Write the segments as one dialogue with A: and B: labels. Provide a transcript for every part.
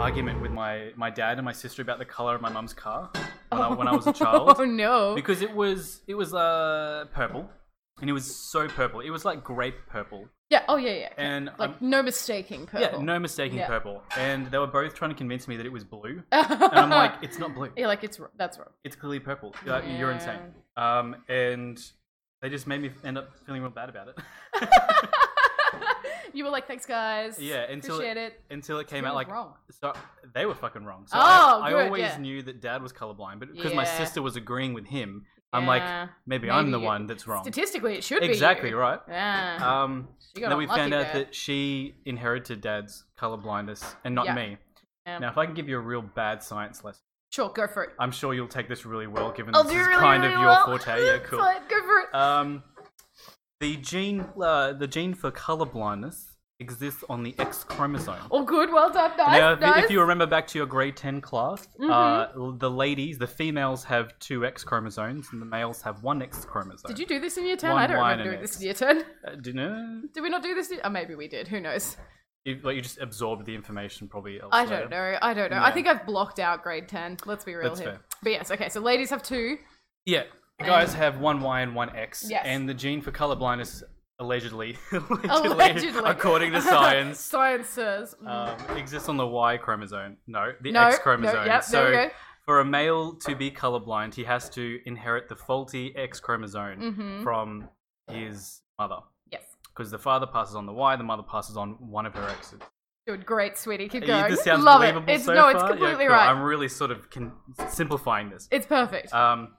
A: argument with my, my dad and my sister about the color of my mum's car when, I, uh, when I was a child
B: Oh no.
A: because it was it was uh purple and it was so purple. It was like grape purple,
B: yeah. Oh yeah. Yeah.
A: and
B: like
A: I'm-
B: no mistaking
A: yeah,
B: purple.
A: no mistaking
B: Yeah.
A: purple. And they were both trying to convince me that it was blue,
B: and
A: and I'm like, it's not blue.
B: yeah, like it's r- that's wrong.
A: It's clearly purple. You're, like, You're insane. Um, and they just made me end up feeling real bad about it
B: you were like, thanks guys.
A: Yeah, until it
B: appreciate it.
A: until it came
B: You
A: out
B: were
A: like
B: wrong.
A: So they were fucking wrong. So
B: Oh,
A: I, I
B: good,
A: always
B: yeah.
A: knew that dad was colorblind, but because my
B: Yeah.
A: sister was agreeing with him, I'm like,
B: Yeah.
A: maybe,
B: Maybe
A: I'm the
B: you-
A: one that's wrong.
B: Statistically, it should be
A: Exactly
B: you.
A: right.
B: Yeah.
A: Um,
B: You got
A: then we
B: unlucky
A: found out
B: there.
A: that she inherited dad's colorblindness and not
B: Yeah.
A: me.
B: Yeah.
A: Now, if I can give you a real bad science lesson,
B: sure, go for it.
A: I'm sure you'll take this really well, given
B: I'll
A: this
B: do
A: is
B: really,
A: kind
B: really
A: of your
B: well.
A: forte. Yeah, cool.
B: Fine, go for it.
A: Um, the gene, uh, the gene for colorblindness exists on the X chromosome.
B: All good. Well done. Nice.
A: now, if, you-
B: Oh, nice. Mm-hmm.
A: if you remember back to your grade 10 class, uh, the ladies, the females have two X chromosomes and the males have one X chromosome.
B: Did you do this in year 10?
A: One
B: I don't
A: wine and
B: remember doing this
A: eggs.
B: in year 10.
A: Uh, do you know?
B: Did we not do this? In- oh, maybe we did. Who knows?
A: You, like, you just absorbed the information probably elsewhere.
B: I don't know. I don't know. I
A: Yeah.
B: think I've blocked out grade 10. Let's be real
A: That's
B: here.
A: fair.
B: But yes, okay. So ladies have two.
A: Yeah. The guys have one Y and one X.
B: Yes.
A: And the gene for colorblindness, allegedly, allegedly,
B: Allegedly.
A: according to science,
B: Science says.
A: um, exists on the Y chromosome. No, the
B: No,
A: X
B: no,
A: chromosome.
B: yep,
A: so
B: there we go.
A: for a male to be colorblind, he has to inherit the faulty X chromosome
B: Mm-hmm.
A: from his mother.
B: yes.
A: Because the father passes on the Y, the mother passes on one of her X's.
B: Good. Great, sweetie. Keep
A: Yeah,
B: going.
A: This sounds
B: Love
A: believable
B: it. It's,
A: so
B: no,
A: far.
B: it's
A: Yeah,
B: completely
A: cool.
B: right.
A: I'm really sort of con- simplifying this.
B: It's perfect.
A: Um,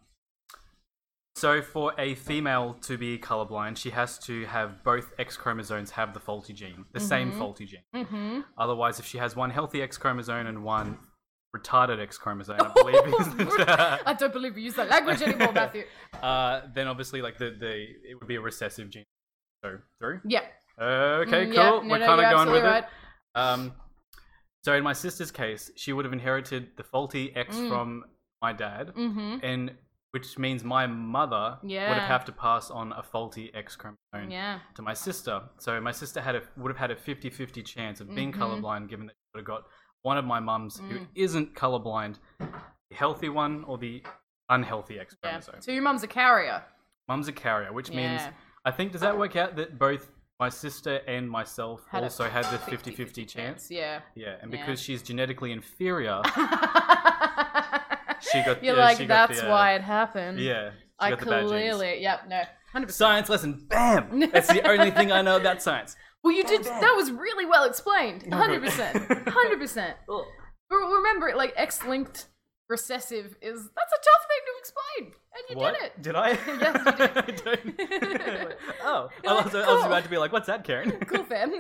A: so for a female to be colorblind, she has to have both X chromosomes have the faulty gene, the same faulty gene.
B: mm-hmm.
A: Otherwise, if she has one healthy X chromosome and one retarded X chromosome, I believe, is
B: I don't believe you use that language anymore, Matthew.
A: uh, then obviously like the, the it would be a recessive gene. So through.
B: Yeah.
A: Okay,
B: Mm,
A: cool.
B: yeah, no,
A: We're
B: no,
A: kind of
B: you're
A: going with
B: absolutely
A: it.
B: right.
A: Um, so in my sister's case, she would have inherited the faulty X
B: Mm.
A: from my dad,
B: Mm-hmm.
A: and which means my mother would
B: Yeah.
A: have had to pass on a faulty X chromosome
B: Yeah.
A: to my sister. So my sister had a, would have had a 50-50 chance of being
B: Mm-hmm.
A: colorblind, given that she would have got one of my mums
B: Mm.
A: who isn't colorblind, the healthy one or the unhealthy X
B: Yeah.
A: chromosome.
B: So your mum's a carrier.
A: Mum's a carrier, which means
B: Yeah.
A: I think does that work out that both my sister and myself
B: Had a
A: also had the 50-50,
B: 50-50
A: chance?
B: Yeah.
A: Yeah, and
B: Yeah.
A: because she's genetically inferior,
B: she
A: she got
B: You're
A: yeah,
B: like,
A: she got
B: that's
A: the, uh,
B: why it happened.
A: Yeah. she
B: I
A: got the bad genes.
B: clearly, yep, no. 100%.
A: Science lesson, bam! That's the only thing I know about science.
B: Well, you did. That was really well explained.
A: Oh,
B: Hundred
A: good.
B: percent. Hundred percent. But remember, it like X-linked recessive is that's a tough thing to explain, and you
A: what?
B: did it.
A: Did I?
B: Yes, you
A: did. oh,
B: You're
A: I was,
B: like,
A: I was
B: cool.
A: about to be like, what's that, Karen?
B: Cool, fam.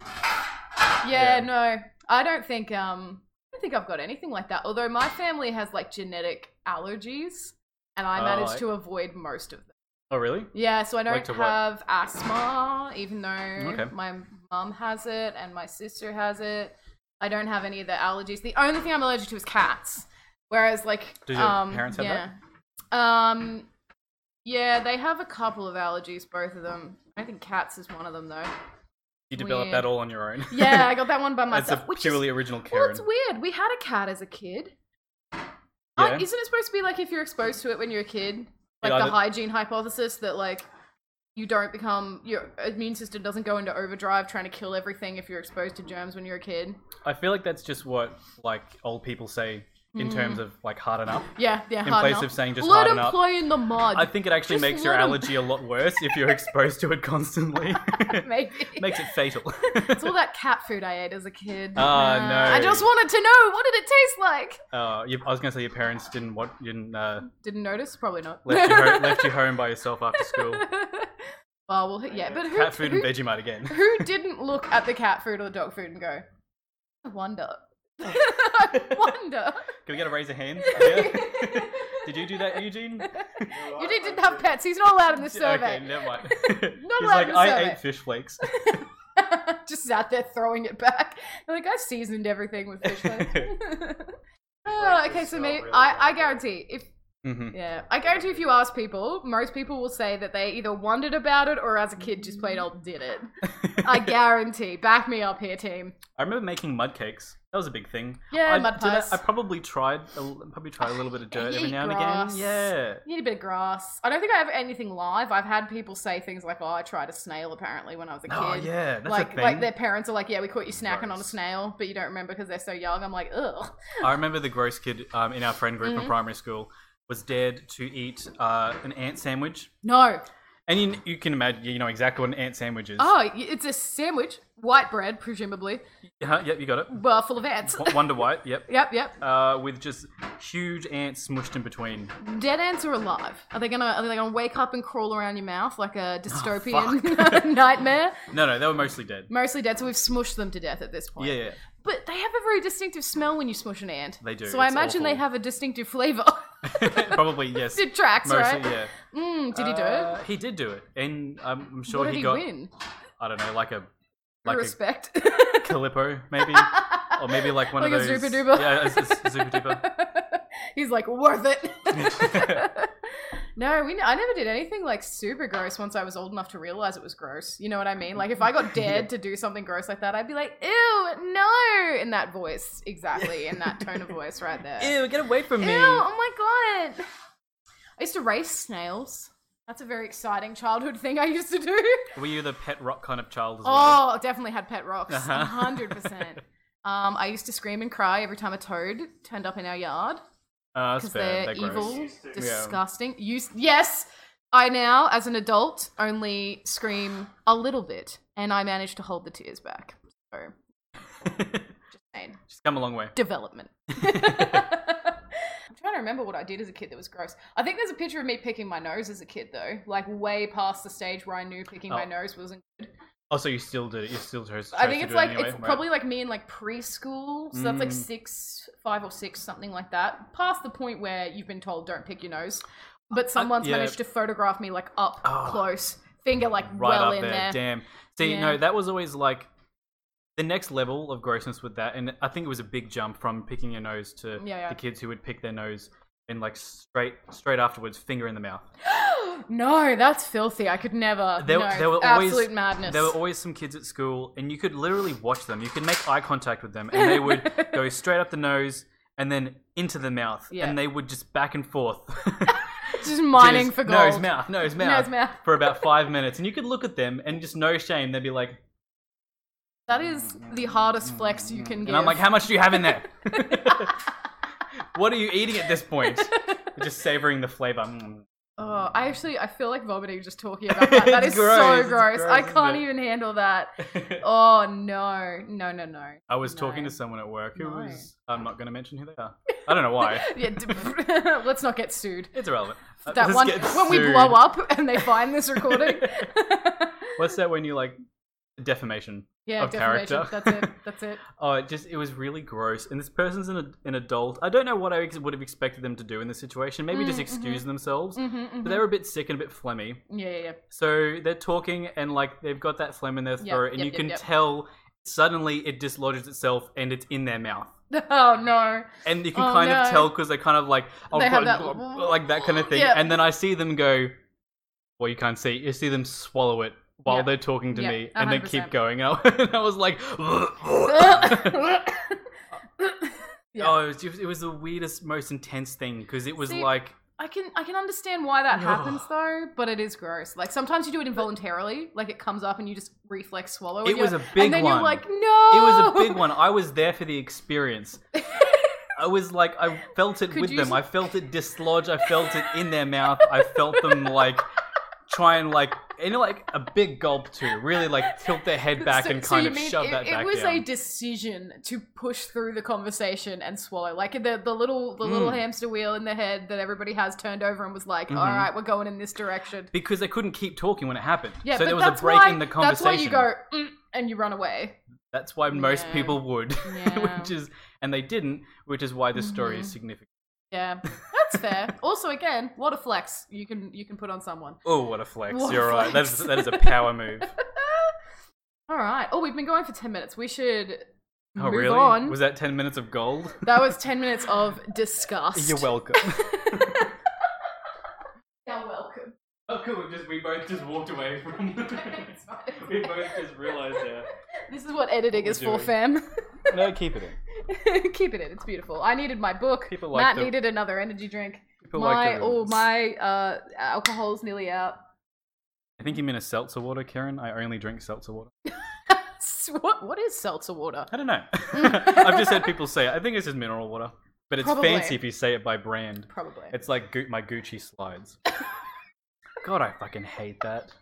B: yeah,
A: Yeah.
B: no, I don't think um, I don't think I've got anything like that. Although my family has like genetic allergies, and I
A: Oh,
B: managed
A: I-
B: to avoid most of them.
A: oh, really?
B: Yeah, so I don't
A: Like to what?
B: have asthma, even though
A: Okay.
B: my mum has it and my sister has it. I don't have any of the allergies. The only thing I'm allergic to is cats. Whereas, like,
A: Did your
B: um,
A: parents have
B: yeah. that? Um, yeah, they have a couple of allergies, both of them. I think cats is one of them, though.
A: You developed
B: Weird.
A: that all on your own.
B: Yeah, I got that one by
A: That's
B: myself.
A: a
B: which
A: purely
B: is,
A: original
B: well,
A: Karen.
B: it's weird. We had a cat as a kid.
A: yeah.
B: Uh, isn't it supposed to be like if you're exposed to it when you're a kid, like
A: Yeah,
B: the
A: I don't-
B: hygiene hypothesis that like you don't become your immune system doesn't go into overdrive trying to kill everything if you're exposed to germs when you're a kid.
A: I feel like that's just what like old people say in
B: Mm.
A: terms of like harden up.
B: Yeah, yeah.
A: In
B: hard
A: place
B: enough.
A: of saying just
B: let
A: harden
B: him
A: up.
B: play in the mud.
A: I think it actually
B: Just
A: makes your
B: let 'em-
A: allergy a lot worse if you're exposed to it constantly.
B: maybe
A: makes it fatal.
B: it's all that cat food I ate as a kid.
A: Oh,
B: Uh,
A: no.
B: I just wanted to know what did it taste like.
A: uh, you, I was gonna say your parents didn't what didn't uh,
B: Didn't notice, probably not.
A: left you ho- left you home by yourself after school.
B: well, well, yeah, but who,
A: Cat food
B: who,
A: and Vegemite again.
B: who didn't look at the cat food or dog food and go, I wonder. I wonder.
A: Can we get a raise of hands? Yeah? Did you do that, Eugene?
B: Eugene didn't have pets. He's not allowed in this
A: Okay,
B: survey.
A: never mind.
B: Not
A: He's
B: allowed
A: like,
B: in the
A: I
B: survey."
A: ate fish flakes.
B: Just sat there throwing it back. They're like, I seasoned everything with fish. flakes." oh, okay, so maybe I, I guarantee if
A: hmm
B: Yeah, I guarantee if you ask people, most people will say that they either wondered about it or as a kid just played old did it. I guarantee. Back me up here, team.
A: I remember making mud cakes. That was a big thing.
B: Yeah,
A: I
B: mud
A: did that-
B: pies.
A: I probably tried a, l- probably tried a little bit of dirt every
B: eat
A: now
B: grass.
A: and again.
B: You need a bit of grass. I don't think I have anything live. I've had people say things like, "Oh, I tried a snail apparently when I was a
A: Yeah. Oh
B: kid."
A: yeah, that's
B: like,
A: a thing.
B: like their parents are like, "Yeah, we caught you snacking on a
A: Gross.
B: snail, but you don't remember because they're so young." I'm like, "Ugh."
A: I remember the gross kid um, in our friend group
B: Mhm.
A: in primary school was dared to eat uh, an ant sandwich,
B: No.
A: and you, you can imagine you know exactly what an ant sandwich is.
B: Oh, y- it's a sandwich, white bread, presumably,
A: Uh-huh, yep, you got it.
B: well, full of ants.
A: W- Wonder White, yep.
B: yep, yep.
A: Uh, with just huge ants smushed in between.
B: Dead ants are alive. Are they gonna? Are they gonna wake up and crawl around your mouth like a dystopian
A: Oh, fuck.
B: nightmare?
A: No, no, they were mostly dead.
B: Mostly dead, so we've smushed them to death at this point.
A: Yeah, yeah.
B: But they have a very distinctive smell when you smush an ant.
A: They do.
B: So I
A: It's
B: imagine they
A: awful.
B: have a distinctive flavor.
A: Probably yes.
B: it tracks,
A: Mostly,
B: right?
A: yeah.
B: Mm, did he do it?
A: Uh, He did do it, and I'm I'm sure
B: what did
A: he
B: he
A: got.
B: win?
A: I don't know, like a like
B: Respect.
A: a Calippo, maybe, or maybe like one
B: Like
A: of
B: a
A: those.
B: Zupa Duper.
A: Yeah, it's, it's Zupa Duper.
B: He's like, worth it. no, we, I never did anything like super gross once I was old enough to realize it was gross. You know what I mean? Like, if I got dared to do something gross like that, I'd be like, ew, no, in that voice. Exactly, in that tone of voice right there.
A: Ew, get away from me!
B: Ew, oh my god. I used to race snails. That's a very exciting childhood thing I used to do.
A: Were you the pet rock kind of child as well?
B: Oh, definitely had pet rocks.
A: Uh-huh.
B: 100%. Um, I used to scream and cry every time a toad turned up in our yard
A: uh, that's
B: because
A: fair.
B: Oh, they're,
A: They're gross.
B: evil, disgusting. You s yes, I now, as an adult, only scream a little bit, and I managed to hold the tears back. So, just saying
A: She's come a long way.
B: development. I'm trying to remember what I did as a kid that was gross. I think there's a picture of me picking my nose as a kid, though, like way past the stage where I knew picking my
A: Oh.
B: nose wasn't.
A: Oh, so you still did it? You still chose.
B: I
A: chose
B: think
A: to do
B: it's
A: it
B: like
A: anyway,
B: it's
A: right?
B: probably like me in like preschool, so that's like
A: Mm.
B: six, five or six, something like that, past the point where you've been told don't pick your nose, but someone's
A: Uh, yeah.
B: managed to photograph me like up
A: Oh.
B: close, finger like
A: right
B: well
A: up
B: in
A: there.
B: there.
A: Damn. See,
B: Yeah.
A: no, that was always like the next level of grossness with that, and I think it was a big jump from picking your nose to
B: Yeah, yeah.
A: the kids who would pick their nose and like straight straight afterwards, finger in the mouth.
B: no, that's filthy. I could never.
A: There-
B: no,
A: there were always-
B: absolute madness.
A: There were always some kids at school, and you could literally watch them. You could make eye contact with them, and they would go straight up the nose and then into the mouth,
B: Yeah.
A: and they would just back and forth.
B: just mining
A: Just
B: for gold.
A: Nose, mouth, nose, mouth,
B: Nose, mouth.
A: for about five minutes, and you could look at them and just no shame. They'd be like,
B: That is the hardest flex you can give.
A: Mm. And I'm like, how much do you have in there? what are you eating at this point? Just savoring the flavor. Mm.
B: oh, I actually I feel like vomiting just talking about that. That
A: It's
B: is
A: gross,
B: so
A: it's
B: gross.
A: gross,
B: I
A: isn't
B: can't
A: it?
B: even handle that. Oh no, no, no, no.
A: I was
B: No.
A: talking to someone at work who
B: No.
A: was. I'm not going to mention who they are. I don't know why.
B: Yeah, d- let's not get sued.
A: It's irrelevant. Uh,
B: That
A: let's
B: one
A: get
B: when we
A: sued.
B: blow up and they find this recording.
A: What's that when you like defamation?
B: yeah,
A: Of
B: defamation.
A: character.
B: That's it. That's it.
A: Oh, it just it was really gross. And this person's an an adult. I don't know what I ex- would have expected them to do in this situation. Maybe just
B: Mm,
A: excuse themselves.
B: Mhm, mhm.
A: But they were a bit sick and a bit phlegmy.
B: Yeah, yeah, yeah.
A: So they're talking and like they've got that phlegm in their throat, and
B: yep,
A: you
B: yep,
A: can
B: yep.
A: tell suddenly it dislodges itself and it's in their mouth.
B: Oh no.
A: And you can
B: Oh,
A: kind of
B: no.
A: tell because they kind of like oh,
B: They have
A: God,
B: that-
A: like that kind of thing.
B: Yep.
A: And then I see them go, well, you can't see. You see them swallow it while
B: Yep.
A: they're talking to
B: Yep,
A: me, and then keep
B: 100%.
A: going. And I, and I was like,
B: Yeah.
A: oh, it was, just- it was the weirdest, most intense thing because it was
B: See,
A: like
B: I can I can understand why that
A: Ugh.
B: happens though, but it is gross. Like sometimes you do it involuntarily, like it comes up and you just reflex swallow. and
A: it
B: you're-
A: was a big
B: oh, and then
A: one.
B: you're like, no.
A: It was a
B: Oh.
A: big one. I was there for the experience. I was like, I felt it
B: Could
A: with
B: you
A: them.
B: s-
A: I felt it dislodge. I felt it in their mouth. I felt them like try and like, you know, like a big gulp too. Really like tilt their head back
B: So-
A: and
B: so
A: kind
B: you
A: of
B: mean
A: shove
B: it,
A: that
B: it
A: back
B: was
A: down.
B: a decision to push through the conversation and swallow, like the the little the little
A: Mm.
B: hamster wheel in the head that everybody has turned over and was like,
A: Mhm.
B: "All right, we're going in this direction."
A: because they couldn't keep talking when it happened.
B: Yeah,
A: so
B: but
A: there was a
B: that's
A: break
B: why,
A: in the
B: That's why you
A: conversation.
B: go mm, and you run away.
A: That's why most
B: Yeah.
A: people would,
B: Yeah.
A: which is, and they didn't, which is why this story
B: Mhm.
A: is significant.
B: Yeah, that's fair. also, again, what a flex you can you can put on someone.
A: Oh, what a flex!
B: What a
A: You're right. That
B: flex.
A: is that is a power move.
B: All right. Oh, we've been going for ten minutes. We should
A: Oh,
B: move
A: really?
B: on.
A: Was that ten minutes of gold?
B: that was ten minutes of disgust.
A: You're welcome. Oh, cool. We just we both just walked away from.
B: It's fine.
A: we both just realised. Yeah.
B: This is what editing
A: We're
B: is for,
A: doing.
B: fam.
A: No, keep it in.
B: Keep it in. It's beautiful. I needed my book.
A: People like
B: Matt
A: the-
B: needed another energy drink.
A: People
B: my
A: like the
B: oh
A: rules.
B: my uh alcohol's nearly out.
A: I think you meant a seltzer water, Karen. I only drink seltzer water.
B: what what is seltzer water?
A: I don't know. I've just heard people say it. I think it's just mineral water, but it's
B: Probably.
A: fancy if you say it by brand.
B: Probably.
A: It's like Gu- my Gucci slides. God, I fucking hate that.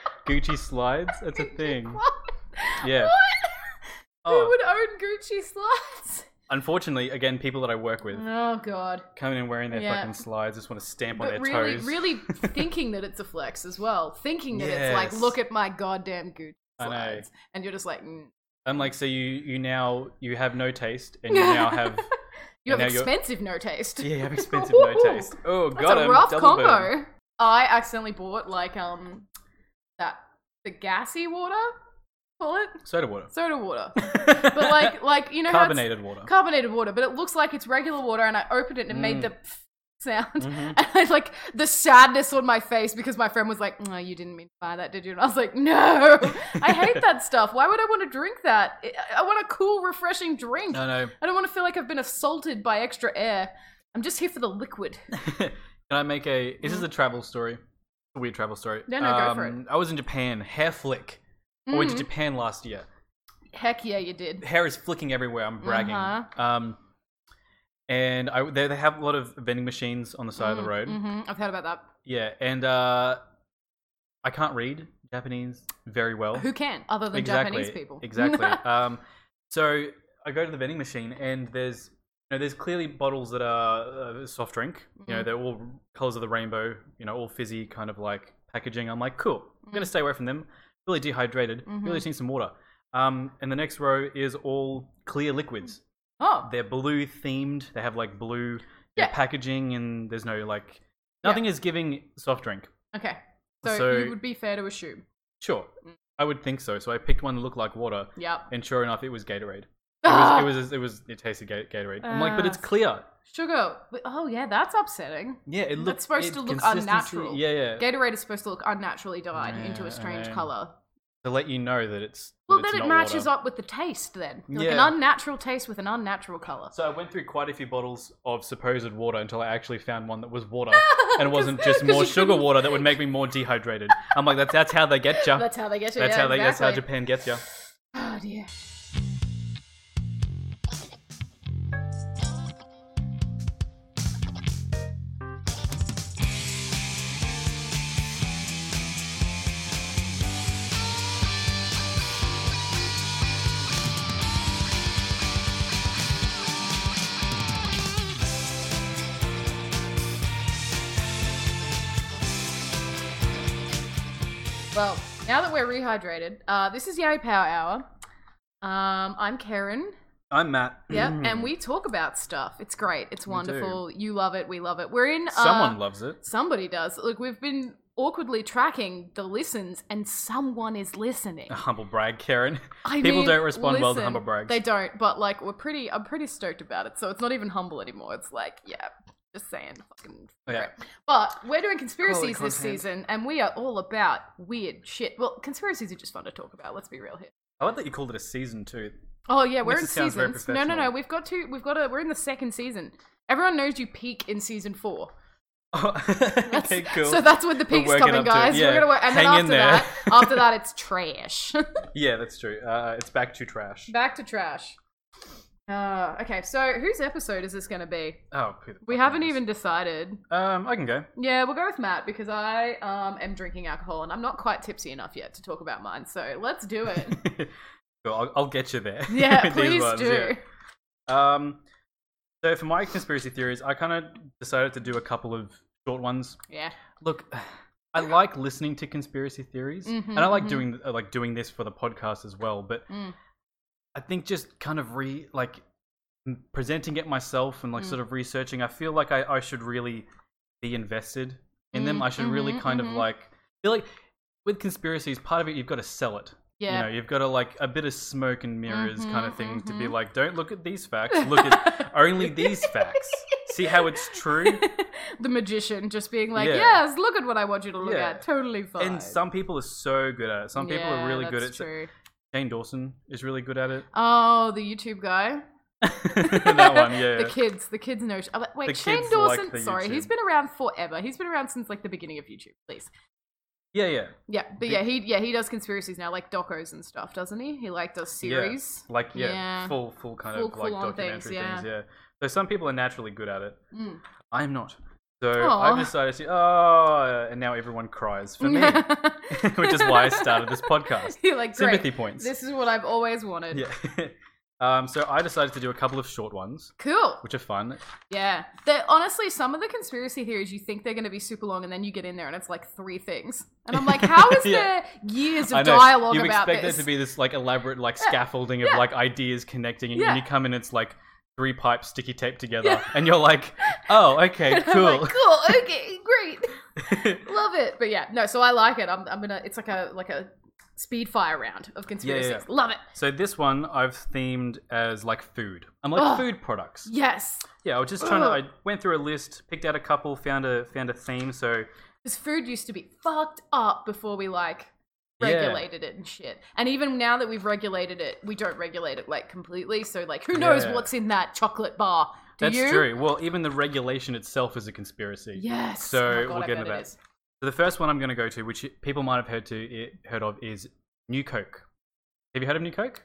A: Gucci slides? That's a thing.
B: What?
A: Yeah.
B: What? Who
A: Oh,
B: would own Gucci slides?
A: unfortunately, again, people that I work with
B: Oh god.
A: coming in wearing their
B: Yeah.
A: fucking slides just want to stamp on
B: But
A: their
B: really,
A: toes.
B: really thinking that it's a flex as well. Thinking that it's like,
A: Yes.
B: look at my goddamn Gucci
A: I know.
B: slides, and you're just like, mm.
A: I'm like, so you you now you have no taste, and you now have
B: you
A: And
B: have
A: now you're-
B: expensive no taste.
A: yeah, you have expensive no taste. Oh
B: That's
A: god,
B: a
A: I'm
B: rough
A: double
B: combo.
A: burned.
B: I accidentally bought like um that the gassy water, call it
A: Soda water,
B: soda water,
A: but
B: but like like you know how it's-
A: carbonated water.
B: carbonated water, but it looks like it's regular water. And I opened it and it made
A: Mm.
B: the pff sound.
A: Mhm.
B: And I, like the sadness on my face because my friend was like, "No, you didn't mean to buy that, did you?" And I was like, "No, I hate that stuff. Why would I want to drink that? I- I want a cool, refreshing drink.
A: No, no.
B: I don't want to feel like I've been assaulted by extra air. I'm just here for the liquid."
A: Can I make a? This is a travel story. A weird travel story. Um,
B: No, no, go for it.
A: I was in Japan. Hair flick. I went to
B: Mhm.
A: Japan last year.
B: Heck yeah, you did.
A: Hair is flicking everywhere. I'm bragging.
B: Uh-huh.
A: Um, and I they, they have a lot of vending machines on the side of the road.
B: hmm I've heard about that.
A: Yeah, and uh, I can't read Japanese very well.
B: Who can other than
A: Oh. exactly,
B: Japanese people?
A: Exactly. um, so I go to the vending machine, and there's you know there's clearly bottles that are uh, soft drink. You know
B: Mhm.
A: they're all colors of the rainbow. You know all fizzy kind of like packaging. I'm like, cool. I'm
B: Mm.
A: gonna stay away from them. Really dehydrated. Really
B: Mhm.
A: need some water. Um, and the next row is all clear liquids.
B: oh,
A: They're blue themed. They have like blue you know,
B: Yeah.
A: packaging, and there's no like
B: Yeah.
A: nothing is giving soft drink.
B: okay. So,
A: So-
B: it would be fair to assume.
A: Sure,
B: Mm.
A: I would think so. So I picked one that looked like water,
B: Yep.
A: and sure enough, it was Gatorade. It
B: Ah!
A: was, it was, it was, it tasted Ga- Gatorade. I'm like, but it's
B: Ah.
A: clear.
B: Sugar. Wait, Oh yeah, that's upsetting.
A: Yeah, it
B: That's
A: looks.
B: supposed
A: it-
B: to look
A: consistency-
B: unnatural.
A: Yeah, yeah.
B: Gatorade is supposed to look unnaturally dyed into
A: Yeah,
B: a strange
A: I know.
B: color.
A: to let you know that it's. that
B: Well,
A: it's
B: then it
A: not
B: matches
A: water.
B: up with the taste. Then like
A: Yeah.
B: an unnatural taste with an unnatural color.
A: So I went through quite a few bottles of supposed water until I actually found one that was water, and it wasn't just
B: 'Cause
A: more
B: you
A: sugar
B: couldn't-
A: water that would make me more dehydrated. I'm like, that's that's how they get you.
B: That's how they get you.
A: That's
B: yeah,
A: how they. That's how
B: exactly.
A: Japan gets you.
B: Oh dear. Well, now that we're rehydrated, uh, this is Yay Power Hour. Um, I'm Karen.
A: I'm Matt.
B: Yep, and we talk about stuff. It's great. It's
A: Mm. We do.
B: wonderful. You love it. We love it. We're in. Uh,
A: Someone loves it.
B: Somebody does. Look, we've been awkwardly tracking the listens, and someone is listening.
A: A humble brag, Karen.
B: I
A: People
B: mean,
A: don't respond well to
B: listen,
A: humble brags.
B: They don't, but like we're pretty. I'm pretty stoked about it. So it's not even humble anymore. It's like, yeah, just saying, fucking.
A: Oh, Yeah.
B: great. But we're
A: Quality
B: doing conspiracies this
A: content.
B: season, and we are all about weird shit. Well, conspiracies are just fun to talk about. Let's be real here.
A: I like that you called it a season too.
B: Oh yeah, we're
A: Makes
B: in
A: it sound very
B: seasons. No, no, no.
A: professional.
B: We've got to. We've got to. We're in the second season. Everyone knows you peak in season four.
A: Oh,
B: That's-
A: okay, cool.
B: So that's when the
A: We're
B: peak's
A: working
B: coming,
A: up to it,
B: guys.
A: yeah.
B: We're gonna work, and
A: Hang in
B: then
A: there.
B: after that, after that, it's trash.
A: yeah, that's true. Uh, it's back to trash.
B: Back to trash. Uh, okay, so whose episode is this gonna be?
A: Oh, who the
B: We
A: fuck
B: haven't
A: knows?
B: even decided.
A: Um, I can go.
B: Yeah, we'll go with Matt because I um, am drinking alcohol and I'm not quite tipsy enough yet to talk about mine. So let's do it.
A: Cool, I'll, I'll get you there.
B: Yeah,
A: With these
B: please
A: ones,
B: do.
A: yeah. Um, so for my conspiracy theories, I kind of decided to do a couple of short ones.
B: Yeah.
A: Look, I like listening to conspiracy theories,
B: Mhm,
A: and I like
B: mhm.
A: doing uh, like doing this for the podcast as well. But
B: Mm.
A: I think just kind of re like m- presenting it myself and like
B: Mm.
A: sort of researching. I feel like I, I should really be invested in them.
B: Mm,
A: I should really
B: mhm,
A: kind
B: mhm.
A: of like feel like with conspiracies, part of it you've got to sell it.
B: Yeah.
A: You know, you've got to like a bit of smoke and mirrors kind of
B: Mhm,
A: thing to be
B: mhm.
A: like, don't look at these facts. Look at only these facts. See how it's true.
B: the magician just being like,
A: Yeah.
B: yes, look at what I want you to look
A: Yeah.
B: at. Totally fine.
A: And some people are so good at it. Some people
B: Yeah,
A: are really good at
B: that's True.
A: Shane Dawson is really good at it.
B: Oh, the YouTube guy.
A: that one, yeah.
B: the kids, the kids know. I'm like, Wait,
A: The
B: Shane
A: kids like
B: Dawson.
A: the
B: sorry, he's
A: YouTube.
B: been around forever. He's been around since like the beginning of YouTube. Please.
A: Yeah, yeah.
B: Yeah, but
A: The-
B: yeah, he yeah he does conspiracies now, like docos and stuff, doesn't he? He like does
A: Yeah.
B: series.
A: Like yeah,
B: Yeah.
A: full full kind
B: Full-
A: of like
B: full-on
A: documentary
B: things, yeah.
A: things, yeah. So some people are naturally good at it.
B: Mm.
A: I'm not. So
B: Aw.
A: I've decided to oh and now everyone cries for me. Which is why I started this podcast.
B: You're like, great.
A: Sympathy points.
B: This is what I've always wanted.
A: Yeah. um, so I decided to do a couple of short ones,
B: Cool.
A: which are fun.
B: Yeah. That honestly, some of the conspiracy theories you think they're going to be super long, and then you get in there and it's like three things, and I'm like, how is
A: Yeah.
B: there years
A: I
B: of
A: know,
B: dialogue
A: you
B: about
A: expect
B: this?
A: there to be this like elaborate like
B: Yeah.
A: scaffolding of
B: Yeah.
A: like ideas connecting, and
B: Yeah.
A: when you come in, it's like three pipes sticky taped together,
B: Yeah.
A: and you're like, oh, okay,
B: And I'm
A: cool.
B: like, cool. Okay. Great. Love it. But yeah, no. So I like it. I'm, I'm gonna. It's like a like a speed fire round of conspiracies.
A: yeah.
B: Love it.
A: so this one I've themed as like food. I'm like
B: Ugh.
A: food products.
B: Yes.
A: Yeah, I was just trying
B: Ugh.
A: to. I went through a list, picked out a couple, found a found a theme. So
B: Because food used to be fucked up before we like
A: Yeah.
B: regulated it and shit. And even now that we've regulated it, we don't regulate it like completely. So like, who knows
A: Yeah.
B: what's in that chocolate bar? Do
A: that's
B: you?
A: true. Well, even the regulation itself is a conspiracy.
B: Yes.
A: So
B: Oh my God,
A: we'll
B: I
A: get
B: bet
A: into
B: it
A: that.
B: is.
A: So the first one I'm going to go to, which people might have heard to heard of, is New Coke. Have you heard of New Coke?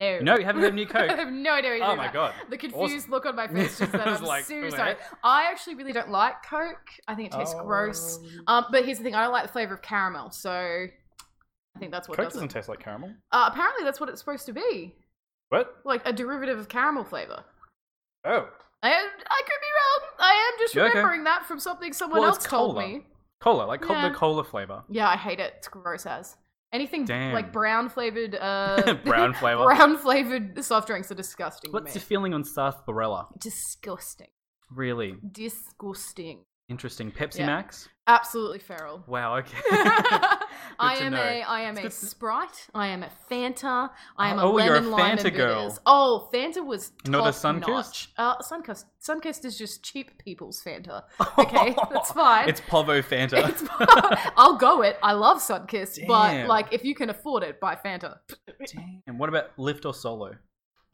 B: No.
A: No, you haven't had any Coke.
B: I have no idea. what you're
A: Oh
B: talking
A: my
B: about.
A: god.
B: The confused look on my face just then.
A: I was
B: I'm
A: like,
B: so
A: what?
B: sorry. I actually really don't like Coke. I think it tastes
A: Oh.
B: gross. Um, but here's the thing: I don't like the flavor of caramel, so I think that's what
A: Coke
B: does it.
A: doesn't taste like caramel.
B: Uh, apparently, that's what it's supposed to be,
A: What?
B: like a derivative of caramel flavor.
A: Oh,
B: I, I could be wrong. I am just
A: Yeah, okay.
B: remembering that from something someone
A: Well,
B: else
A: it's
B: told
A: cola.
B: me.
A: cola, like col-
B: Yeah.
A: the cola flavor.
B: Yeah, I hate it. It's gross as. Anything
A: Damn.
B: like brown flavored uh
A: Brown flavor.
B: brown flavored soft drinks are disgusting
A: What's
B: to
A: your
B: me.
A: feeling on South Barella?
B: disgusting.
A: Really
B: Disgusting.
A: interesting. Pepsi
B: Yeah.
A: Max.
B: Absolutely feral.
A: Wow. Okay.
B: I
A: to
B: am
A: know.
B: a I am
A: It's
B: a
A: good to-
B: Sprite. I am a Fanta. I am a
A: Oh,
B: lemon
A: you're a
B: lime and
A: Fanta girl.
B: bitters. Oh, Fanta was
A: Not a
B: top
A: Sunkist?
B: notch. Uh, Sunkist. Sunkist is just cheap people's Fanta. Okay, that's fine.
A: it's Povo Fanta.
B: It's- I'll go it. I love Sunkist, but
A: Damn.
B: like if you can afford it, buy Fanta.
A: and what about Lift or Solo?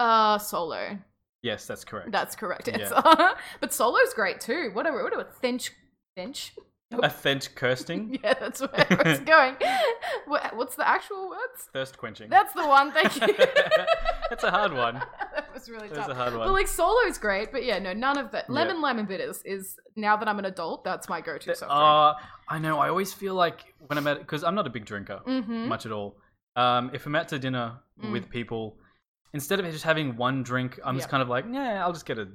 B: Uh, Solo.
A: Yes, that's correct.
B: That's correct
A: Yeah.
B: answer. but Solo's great too. What a what a thinch thinch.
A: a Fent Kirsting.
B: Yeah, that's where it's going. What, what's the actual words?
A: Thirst quenching.
B: That's the one. Thank you.
A: That's a hard one.
B: that was really
A: That's a
B: tough.
A: hard one.
B: But like Solo's great, but yeah, no, none of that.
A: Yeah.
B: Lemon lime and bitters is now that I'm an adult, that's my go-to soft drink.
A: Uh, I know. I always feel like when I'm at because I'm not a big drinker
B: hmm
A: much at all. Um, if I'm out to dinner
B: Mm.
A: with people, instead of just having one drink, I'm
B: Yep.
A: just kind of like, yeah, I'll just get a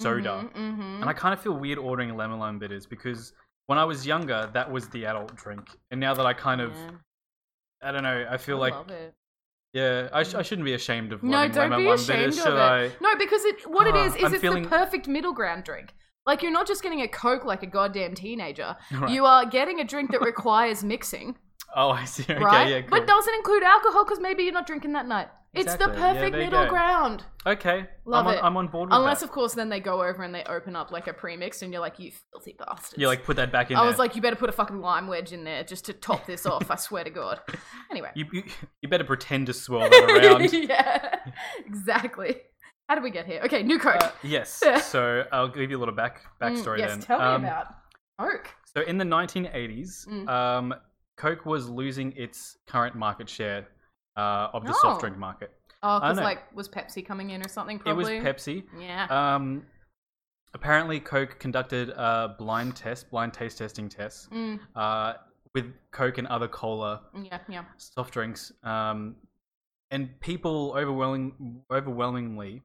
A: soda,
B: hmm
A: and I kind of feel weird ordering lemon lime bitters because when I was younger, that was the adult drink, and now that I kind of, I don't know, I feel like,
B: love it. Mm-hmm.
A: yeah, I, sh- I shouldn't be ashamed of
B: No,
A: loving
B: don't
A: lemon
B: be
A: lime
B: ashamed
A: bitters,
B: of
A: should
B: it.
A: I?
B: No, because it what it
A: Ah,
B: is is
A: I'm
B: it's the
A: feeling-
B: perfect middle ground drink. Like you're not just getting a Coke like a goddamn teenager.
A: Right.
B: You are getting a drink that requires mixing,
A: Oh, I see. Okay,
B: right?
A: yeah, cool.
B: But doesn't include alcohol because maybe you're not drinking that night. It's the
A: Exactly. Yeah,
B: perfect
A: there you
B: middle
A: go.
B: ground.
A: okay, I'm
B: Love
A: on,
B: it.
A: I'm on board with
B: Unless,
A: that.
B: of course, then they go over and they open up like a premix, and you're like, you filthy bastards.
A: you like put that back in.
B: I
A: there.
B: was like, you better put a fucking lime wedge in there just to top this off. I swear to God. Anyway.
A: You, you, you better pretend to swirl that around.
B: yeah, exactly. How did we get here? Okay, new Coke.
A: Uh, yes. So I'll give you a little back
B: Mm,
A: backstory
B: yes,
A: then.
B: tell me
A: Um,
B: about Coke.
A: So in the 1980s,
B: Mm.
A: um, Coke was losing its current market share uh, of the
B: Oh.
A: soft drink market.
B: Oh, because
A: know.
B: like was Pepsi coming in or something? Probably.
A: It was Pepsi.
B: Yeah.
A: Um, apparently, Coke conducted a blind test, blind taste testing tests
B: Mm,
A: uh, with Coke and other cola
B: yeah. Yeah.
A: soft drinks, um, and people overwhelming, overwhelmingly,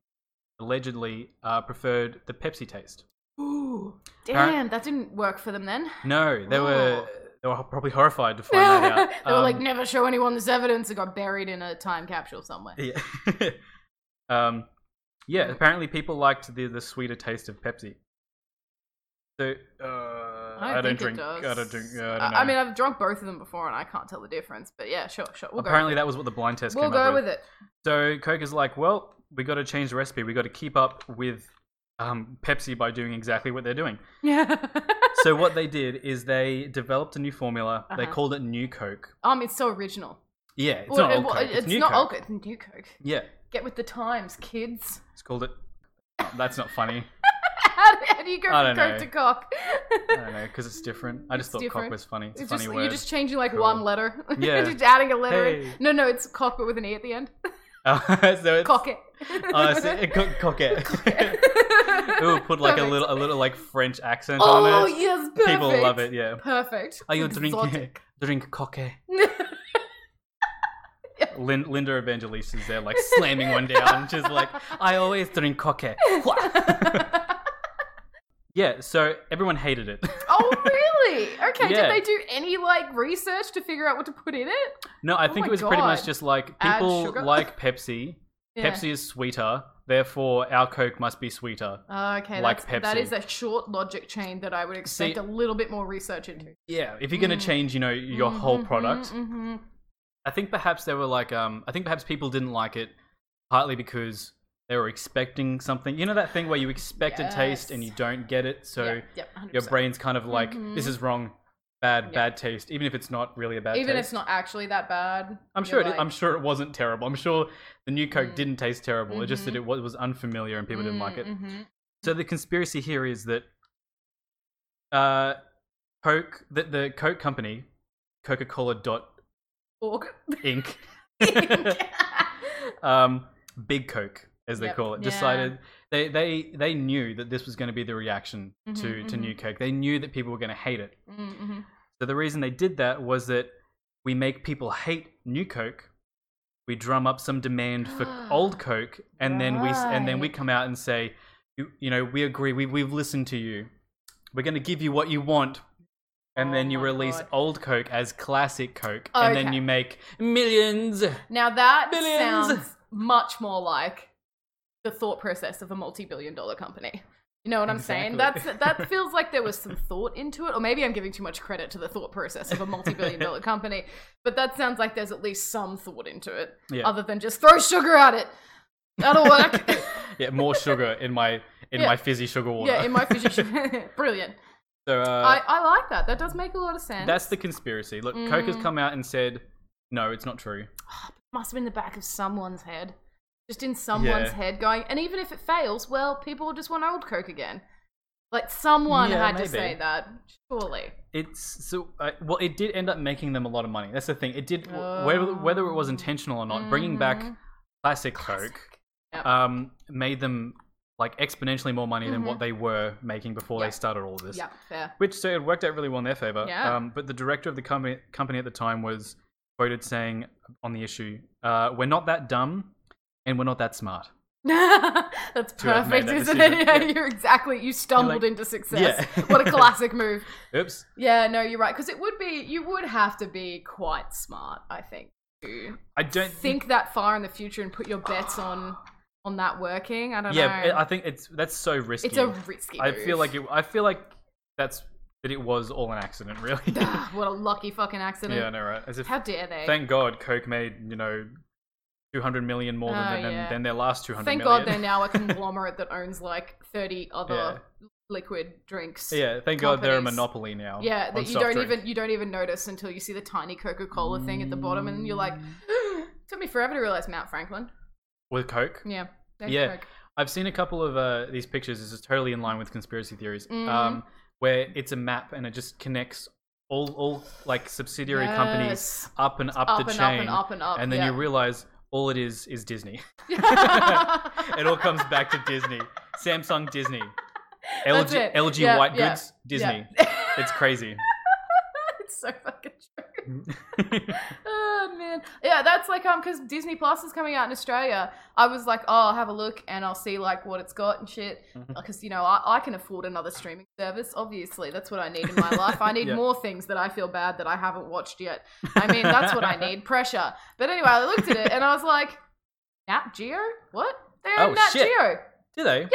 A: allegedly, uh, preferred the Pepsi taste.
B: Ooh.
A: Apparent-
B: Damn, that didn't work for them then.
A: No, they
B: Oh.
A: were they were probably horrified to
B: they
A: find that out.
B: were like,
A: Um,
B: never show anyone this evidence. It got buried in a time capsule somewhere.
A: yeah. um, yeah. Apparently, people liked the the sweeter taste of Pepsi. So, uh, I, don't
B: think it
A: drink. I don't
B: does.
A: drink. Uh, I,
B: I,
A: don't know.
B: I mean, I've drunk both of them before, and I can't tell the difference. But yeah, sure, sure. We'll
A: apparently
B: go.
A: that was what the blind test
B: we'll
A: came
B: go
A: up
B: with it.
A: So Coke is like, well, we got to change the recipe. We got to keep up with um, Pepsi by doing exactly what they're doing.
B: Yeah.
A: so what they did is they developed a new formula. They
B: Uh-huh.
A: called it New Coke.
B: um, it's so original.
A: Yeah, it's
B: Well,
A: not old
B: well,
A: Coke. It's,
B: it's
A: New
B: not
A: Coke.
B: old Coke. It's new Coke.
A: Yeah,
B: Get with the times, kids.
A: it's called it. That's not funny.
B: How do, how do you go
A: I
B: from
A: don't
B: Coke
A: know.
B: to cock?
A: I don't know because it's different. I just
B: It's
A: thought cock
B: different.
A: was funny. It's,
B: It's
A: a
B: just
A: funny word.
B: you're just changing like
A: Cool.
B: one letter.
A: Yeah.
B: you're just adding a letter.
A: Hey.
B: In. No, no, it's cock but with an e at the end.
A: Oh, so it's,
B: Cock it.
A: Oh, so it, co- cock it. it would put like a
B: Perfect.
A: little, a little like French accent
B: Oh
A: on it.
B: yes, perfect.
A: People love it. Yeah.
B: Perfect.
A: Are you drinking?
B: Exotic.
A: Drink coque. Lin- Linda Evangelista is there, like slamming one down. She's like, I always drink coque. Yeah, so everyone hated it.
B: oh really? Okay.
A: Yeah.
B: Did they do any like research to figure out what to put in it?
A: no, I
B: Oh
A: think
B: my
A: it was pretty much
B: God.
A: just like
B: Add
A: people
B: sugar?
A: like Pepsi.
B: Yeah.
A: Pepsi is sweeter, therefore our Coke must be sweeter.
B: Oh, okay,
A: Like
B: that's, that
A: Pepsi.
B: is a short logic chain that I would expect
A: See-
B: a little bit more research into.
A: Yeah, if you're gonna
B: Mm.
A: change, you know, your whole
B: Mhm,
A: product,
B: mhm.
A: I think perhaps they were like, um, I think perhaps people didn't like it partly because they were expecting something. You know that thing where you expect a taste and you
B: Yes.
A: don't get it, so
B: Yep, yep, 100%.
A: your brain's kind of like, this
B: Mhm.
A: is wrong, bad,
B: Yeah.
A: bad taste, even if it's not really a bad
B: even if
A: taste.
B: it's not actually that bad.
A: I'm
B: you're
A: sure. It,
B: like-
A: I'm sure it wasn't terrible. I'm sure the new Coke
B: Mm.
A: didn't taste terrible. It just that
B: Mhm.
A: it was, was unfamiliar and people didn't like it.
B: Mm, mhm.
A: So the conspiracy here is that uh, Coke, the, the Coke company, Coca-Cola dot
B: Org.
A: Inc.
B: Ink.
A: um, Big Coke, as they
B: Yep.
A: call it,
B: Yeah.
A: decided they, they they knew that this was going to be the reaction to
B: Mhm,
A: to
B: mhm.
A: New Coke. They knew that people were going to hate it.
B: Mm, mhm.
A: So the reason they did that was that we make people hate New Coke. We drum up some demand for old Coke, and then we s- and then we
B: Right.
A: come out and say, you, you know, we agree. We we've listened to you. We're going to give you what you want. And
B: Oh
A: then you
B: my
A: release
B: God.
A: old Coke as classic Coke, and then
B: Okay.
A: you make millions.
B: Now that
A: Billions.
B: sounds much more like the thought process of a multi-billion dollar company. You know what I'm saying? That's
A: Exactly.
B: that feels like there was some thought into it, or maybe I'm giving too much credit to the thought process of a multi-billion dollar company. But that sounds like there's at least some thought into it,
A: Yeah.
B: other than just throw sugar at it. That'll work.
A: yeah, more sugar in my in
B: Yeah.
A: my fizzy sugar water.
B: yeah, in my position, brilliant.
A: so
B: I,
A: uh,
B: I like that. That does make a lot of sense.
A: that's the conspiracy. Look, Coke has
B: Mm.
A: come out and said, no, it's not true.
B: must have been in the back of someone's head. Just in someone's
A: Yeah.
B: head going, and even if it fails, well, people will just want old Coke again. Like someone
A: Yeah,
B: had
A: maybe.
B: to say that, surely.
A: It's so uh, well. It did end up making them a lot of money. That's the thing. It did whether whether it was
B: Oh.
A: intentional or not. Bringing back
B: Mhm.
A: classic, Coke
B: Classic. Yep.
A: um, made them like exponentially more money than what
B: Mhm.
A: they were making before they
B: Yeah.
A: started all of this.
B: Yeah, fair.
A: Which so it worked out really well in their favor.
B: Yeah.
A: Um, but the director of the company company at the time was quoted saying on the issue, uh, "We're not that dumb, and we're not that smart."
B: That's
A: To have made
B: perfect,
A: that
B: isn't
A: decision.
B: it? Yeah,
A: Yeah.
B: You're exactly, you stumbled into success.
A: Yeah.
B: what a classic move.
A: Oops.
B: Yeah, no, you're right. Because it would be, you would have to be quite smart, I think, to
A: I don't
B: think that far in the future and put your bets on on that working. I don't know.
A: Yeah, I think it's that's so risky.
B: It's a risky.
A: I
B: move.
A: feel like it, I feel like that's that it was all an accident, really. yeah,
B: Ah, what a lucky fucking accident.
A: I know, right? As if
B: How dare they?
A: thank God Coke made you know two hundred million more than,
B: Oh,
A: than,
B: yeah.
A: than their last two hundred
B: Thank
A: million.
B: God they're now a conglomerate that owns like thirty other liquid drinks.
A: yeah, thank God they're a
B: companies.
A: monopoly now.
B: Yeah,
A: on
B: that you
A: soft
B: don't
A: drink.
B: even you don't even notice until you see the tiny Coca Cola thing at the bottom, and you're like,
A: Mm.
B: took me forever to realize Mount Franklin.
A: with Coke.
B: Yeah. Thanks,
A: Yeah.
B: Coke.
A: I've seen a couple of uh, these pictures. This is totally in line with conspiracy theories,
B: Mhm.
A: um, where it's a map and it just connects all all like subsidiary companies
B: Yes.
A: up and up,
B: Up
A: the chain,
B: and up and up and up.
A: and then you
B: yeah.
A: realize all it is is Disney.
B: it
A: It all comes back to Disney. Samsung Disney.
B: That's
A: LG,
B: it.
A: LG
B: Yeah,
A: white
B: yeah,
A: goods Disney. It's crazy.
B: it's so fucking true. Oh man, yeah, that's like um, because Disney Plus is coming out in Australia. I was like, oh, I'll have a look and I'll see like what it's got and shit,
A: Mhm.
B: because you know I, I can afford another streaming service. Obviously, that's what I need in my life. I need
A: Yeah.
B: more things that I feel bad that I haven't watched yet. I mean, that's what I need, pressure. But anyway, I looked at it and I was like, Nat Geo, what? They own
A: Oh,
B: Nat
A: shit.
B: Geo.
A: Do they?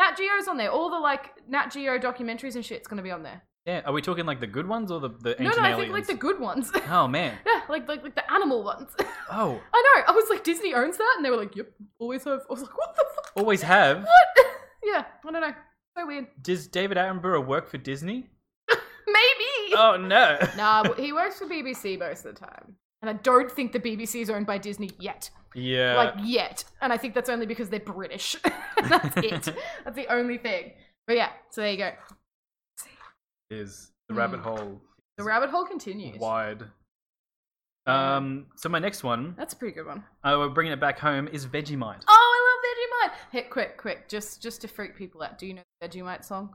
B: Nat Geo's on there. All the like Nat Geo documentaries and shit's gonna be on there.
A: understand. Are we talking like the good ones or the, the
B: No,
A: ancient
B: no, I
A: aliens?
B: think like the good ones.
A: Oh man.
B: yeah, like, like like the animal ones.
A: Oh,
B: I know. I was like, Disney owns that, and they were like, "Yep, always have." I was like, "What the fuck?
A: always have.
B: What?" yeah, I don't know. So weird.
A: Does David Attenborough work for Disney?
B: Maybe.
A: Oh no.
B: nah, w- he works for BBC most of the time, and I don't think the BBC is owned by Disney yet.
A: Yeah.
B: like yet, and I think that's only because they're British. that's it. That's the only thing. But yeah, so there you go.
A: is the rabbit
B: Mm.
A: hole
B: The rabbit hole continues.
A: wide.
B: Yeah.
A: Um, so my next one,
B: That's a pretty good one.
A: uh, we're bringing it back home, is Vegemite.
B: Oh, I love Vegemite. Hey, quick, quick, just just to freak people out. Do you know the Vegemite song?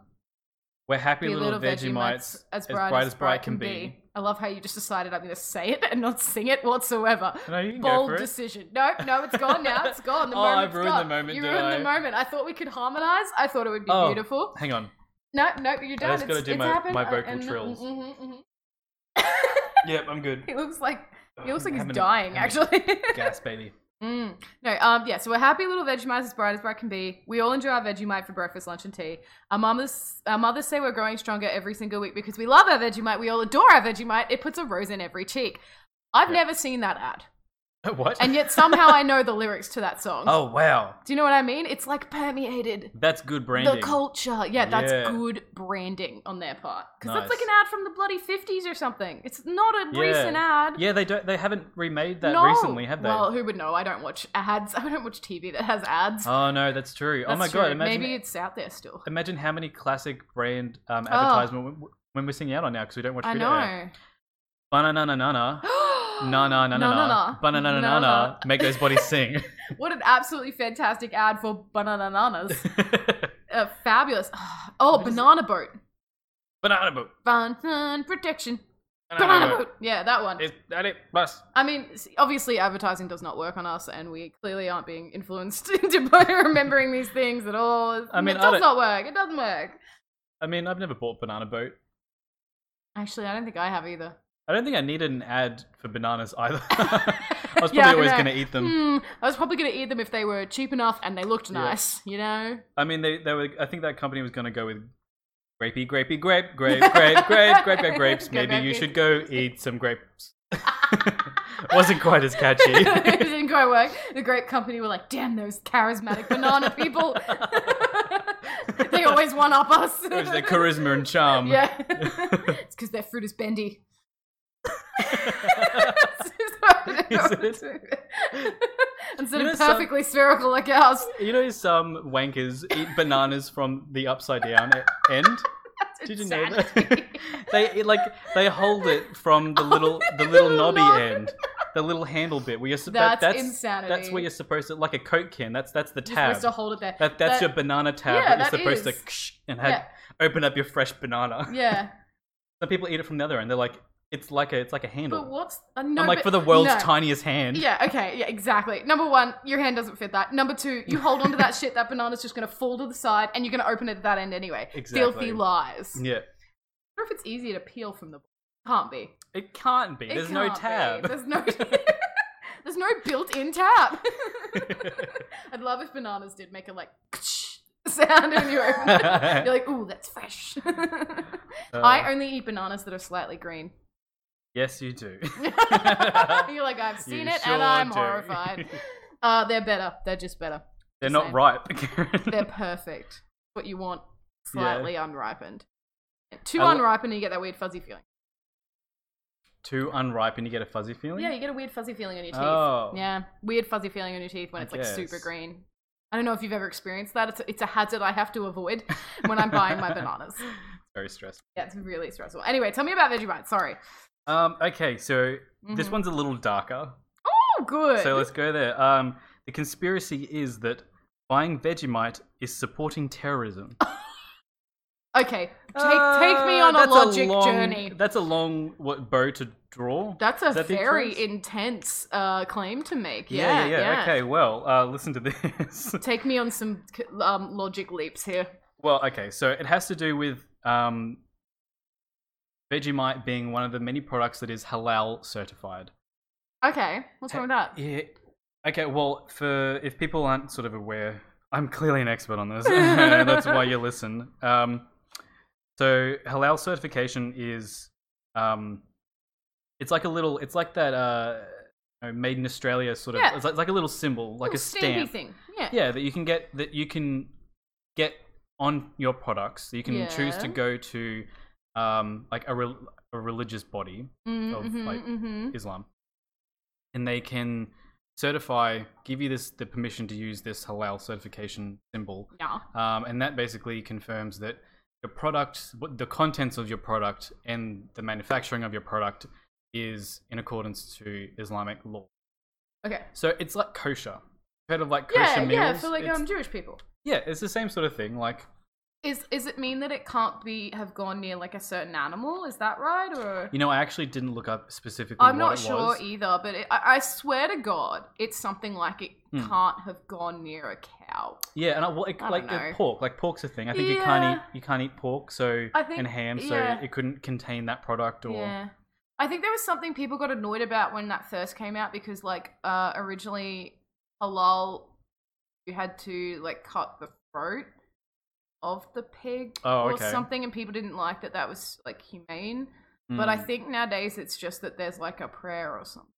A: We're happy
B: Be
A: little, Vegemites,
B: as bright as, bright can be. I love how you just decided I'm going to say it and not sing it whatsoever.
A: No, you can go for
B: Bold
A: it.
B: decision. No, no, it's gone now. It's gone. The
A: Oh,
B: moment's
A: I've ruined
B: gone.
A: the moment,
B: You
A: did
B: ruined
A: I?
B: the moment. I thought we could harmonize. I thought it would be
A: Oh.
B: beautiful.
A: Hang on.
B: No, no, you're done.
A: just gotta
B: it's,
A: do
B: it's
A: my-
B: happened.
A: my
B: Uh,
A: vocal
B: and-
A: trills.
B: mhm, mhm.
A: Yep, I'm good.
B: he looks like he looks like he's
A: Having a-
B: dying.
A: having a
B: Actually.
A: Gas, baby.
B: Mm. No, um, yeah, so we're happy little Vegemites as bright as bright can be. We all enjoy our Vegemite for breakfast, lunch, and tea. Our mamas, our mothers say we're growing stronger every single week because we love our Vegemite. We all adore our Vegemite. It puts a rose in every cheek. I've
A: Yeah.
B: never seen that ad,
A: What?
B: and yet somehow I know the lyrics to that song.
A: oh wow,
B: Do you know what I mean? It's like permeated
A: that's good branding.
B: the culture. Yeah, that's
A: Yeah.
B: good branding on their part because that's
A: Nice.
B: like an ad from the bloody fifties or something. It's not a
A: Yeah.
B: recent ad.
A: yeah, they don't. They haven't remade that
B: no.
A: recently, have they?
B: Well, who would know? I don't watch ads. I don't watch TV that has ads.
A: oh no, that's true. oh
B: That's
A: my
B: true.
A: god, imagine
B: Maybe it's out there still.
A: imagine how many classic brand um, advertisement when- when we're missing out on now because we don't watch.
B: I
A: video ads.
B: know.
A: Banana na na na. Na na na na na.
B: Na-na-na.
A: Banana na na na.
B: Na-na.
A: Make those bodies sing.
B: What an absolutely fantastic ad for banananas. uh, fabulous. Oh,
A: What is it?
B: banana boat.
A: Banana boat.
B: Fun, fun protection.
A: Banana
B: Banana
A: boat.
B: boat. Yeah, that one.
A: Is that it? Plus.
B: I mean, s- obviously, advertising does not work on us, and we clearly aren't being influenced into by remembering these things at all.
A: I mean,
B: it
A: I
B: does
A: don't-
B: not work. It doesn't work.
A: I mean, I've never bought banana boat.
B: Actually, I don't think I have either.
A: I don't think I needed an ad for bananas either. I was probably
B: Yeah, I
A: always
B: know.
A: going to eat them.
B: Hmm, I was probably going to eat them if they were cheap enough and they looked
A: Yeah.
B: nice, you know?
A: I mean, they, they were. I think that company was going to go with grapey, grapey, grape, grape, grape, grape, grape, grape, grapes.
B: Grape,
A: Maybe you
B: grape,
A: should go eat some grapes. Wasn't quite as catchy.
B: it didn't quite work. The grape company were like, damn those charismatic banana people. they always one up us.
A: It was their charisma and charm.
B: Yeah. it's because their fruit is bendy. It's just what it
A: Is
B: Instead
A: You know,
B: of
A: some-
B: perfectly spherical like ours.
A: You know, some wankers eat bananas from the upside down e- end.
B: That's
A: Did you know that?
B: insanity.
A: they it, like they hold it from the
B: Oh,
A: little the
B: the
A: little
B: little
A: knobby
B: knob.
A: end, the little handle bit where you're sup- that-
B: That's,
A: that's
B: insanity.
A: that's where you're supposed to like a coke can. That's that's the
B: You're supposed
A: tab.
B: to hold it there.
A: that, that's
B: that-
A: your banana tab
B: Yeah,
A: that you're
B: that
A: supposed to ksh and have,
B: Yeah.
A: open up your fresh banana.
B: Yeah.
A: Some people eat it from the other end. They're like it's like a it's like a handle.
B: But what's. Uh, no,
A: I'm like
B: but-
A: for the world's
B: no.
A: tiniest hand.
B: Yeah, okay, yeah, exactly. Number one, your hand doesn't fit that. Number two, you hold onto that shit, that banana's just gonna fall to the side and you're gonna open it at that end anyway.
A: Exactly.
B: Filthy lies.
A: Yeah.
B: I wonder if it's easier to peel from the can't be.
A: It can't be.
B: It
A: There's no
B: can't be.
A: tab.
B: There's no There's no built-in tab. I'd love if bananas did make a like sound when you open it. You're like, ooh, that's fresh. I
A: Uh,
B: only eat bananas that are slightly green.
A: yes, you do.
B: You're like, I've
A: You
B: seen it
A: sure
B: and I'm
A: do.
B: horrified. Uh, they're better. They're just better.
A: They're not
B: Same.
A: ripe. Karen.
B: They're perfect. What you want,
A: Yeah.
B: slightly unripened. Too
A: I lo-
B: unripened, and you get that weird fuzzy feeling.
A: Too unripe and you get a fuzzy feeling.
B: Yeah, you get a weird fuzzy feeling on your teeth.
A: Oh.
B: Yeah, weird fuzzy feeling on your teeth when
A: I
B: it's like super
A: guess.
B: green. I don't know if you've ever experienced that. It's a, it's a hazard I have to avoid when I'm buying my bananas.
A: Very stressful.
B: Yeah, it's really stressful. Anyway, tell me about Vegemite. Sorry.
A: Um, okay, so this
B: Mhm.
A: one's a little darker.
B: Oh, good.
A: So let's go there. Um, the conspiracy is that buying Vegemite is supporting terrorism. Take,
B: okay, take take me
A: Uh,
B: on a logic journey.
A: That's a long what bow to draw.
B: That's
A: Is
B: a
A: that the
B: very
A: inference?
B: intense uh, claim to make.
A: yeah,
B: Yeah,
A: yeah, Okay, well, uh, listen to this.
B: Take me on some c- um, logic leaps here.
A: well, okay, so it has to do with um, Vegemite being one of the many products that is halal certified.
B: Okay, what's wrong with that?
A: Yeah. Okay. Well, for if people aren't sort of aware, I'm clearly an expert on this. That's why you listen. Um, So halal certification is, um, it's like a little, it's like that, uh, you know, made in Australia sort of.
B: Yeah.
A: It's, like, it's like a little symbol, like
B: Little
A: a
B: stampy
A: stamp.
B: thing. Yeah.
A: Yeah, that you can get that you can get on your products. You can choose to
B: Yeah.
A: go to, um, like a, rel a religious body,
B: Mm,
A: Of,
B: mhm,
A: like-
B: mhm.
A: Islam, and they can certify, give you this the permission to use this halal certification symbol
B: Yeah.
A: um, and that basically confirms that your product, what the contents of your product, and the manufacturing of your product is in accordance to Islamic law.
B: Okay.
A: So it's like kosher. Heard of like kosher
B: Yeah,
A: meals?
B: yeah, for like
A: It's-
B: um Jewish people.
A: yeah, it's the same sort of thing. Like
B: Is is it mean that it can't be have gone near like a certain animal? Is that right or
A: you know, I actually didn't look up specifically.
B: I'm
A: what
B: not
A: it
B: sure e-
A: was.
B: either, but it, I, I swear to God, it's something like it
A: Hmm.
B: can't have gone near a cow.
A: Yeah, and I, well, it,
B: I don't
A: like the
B: know.
A: pork, like pork's a thing. I think you can't eat
B: Yeah.
A: you can't eat pork, so
B: I think-
A: and ham, so
B: yeah.
A: it couldn't contain that product or
B: Yeah. I think there was something people got annoyed about when that first came out because, like, uh, originally halal, you had to like cut the throat of the pig
A: Oh,
B: or
A: okay.
B: something, and people didn't like that. That was like humane. But I
A: Mm.
B: think nowadays it's just that there's like a prayer or something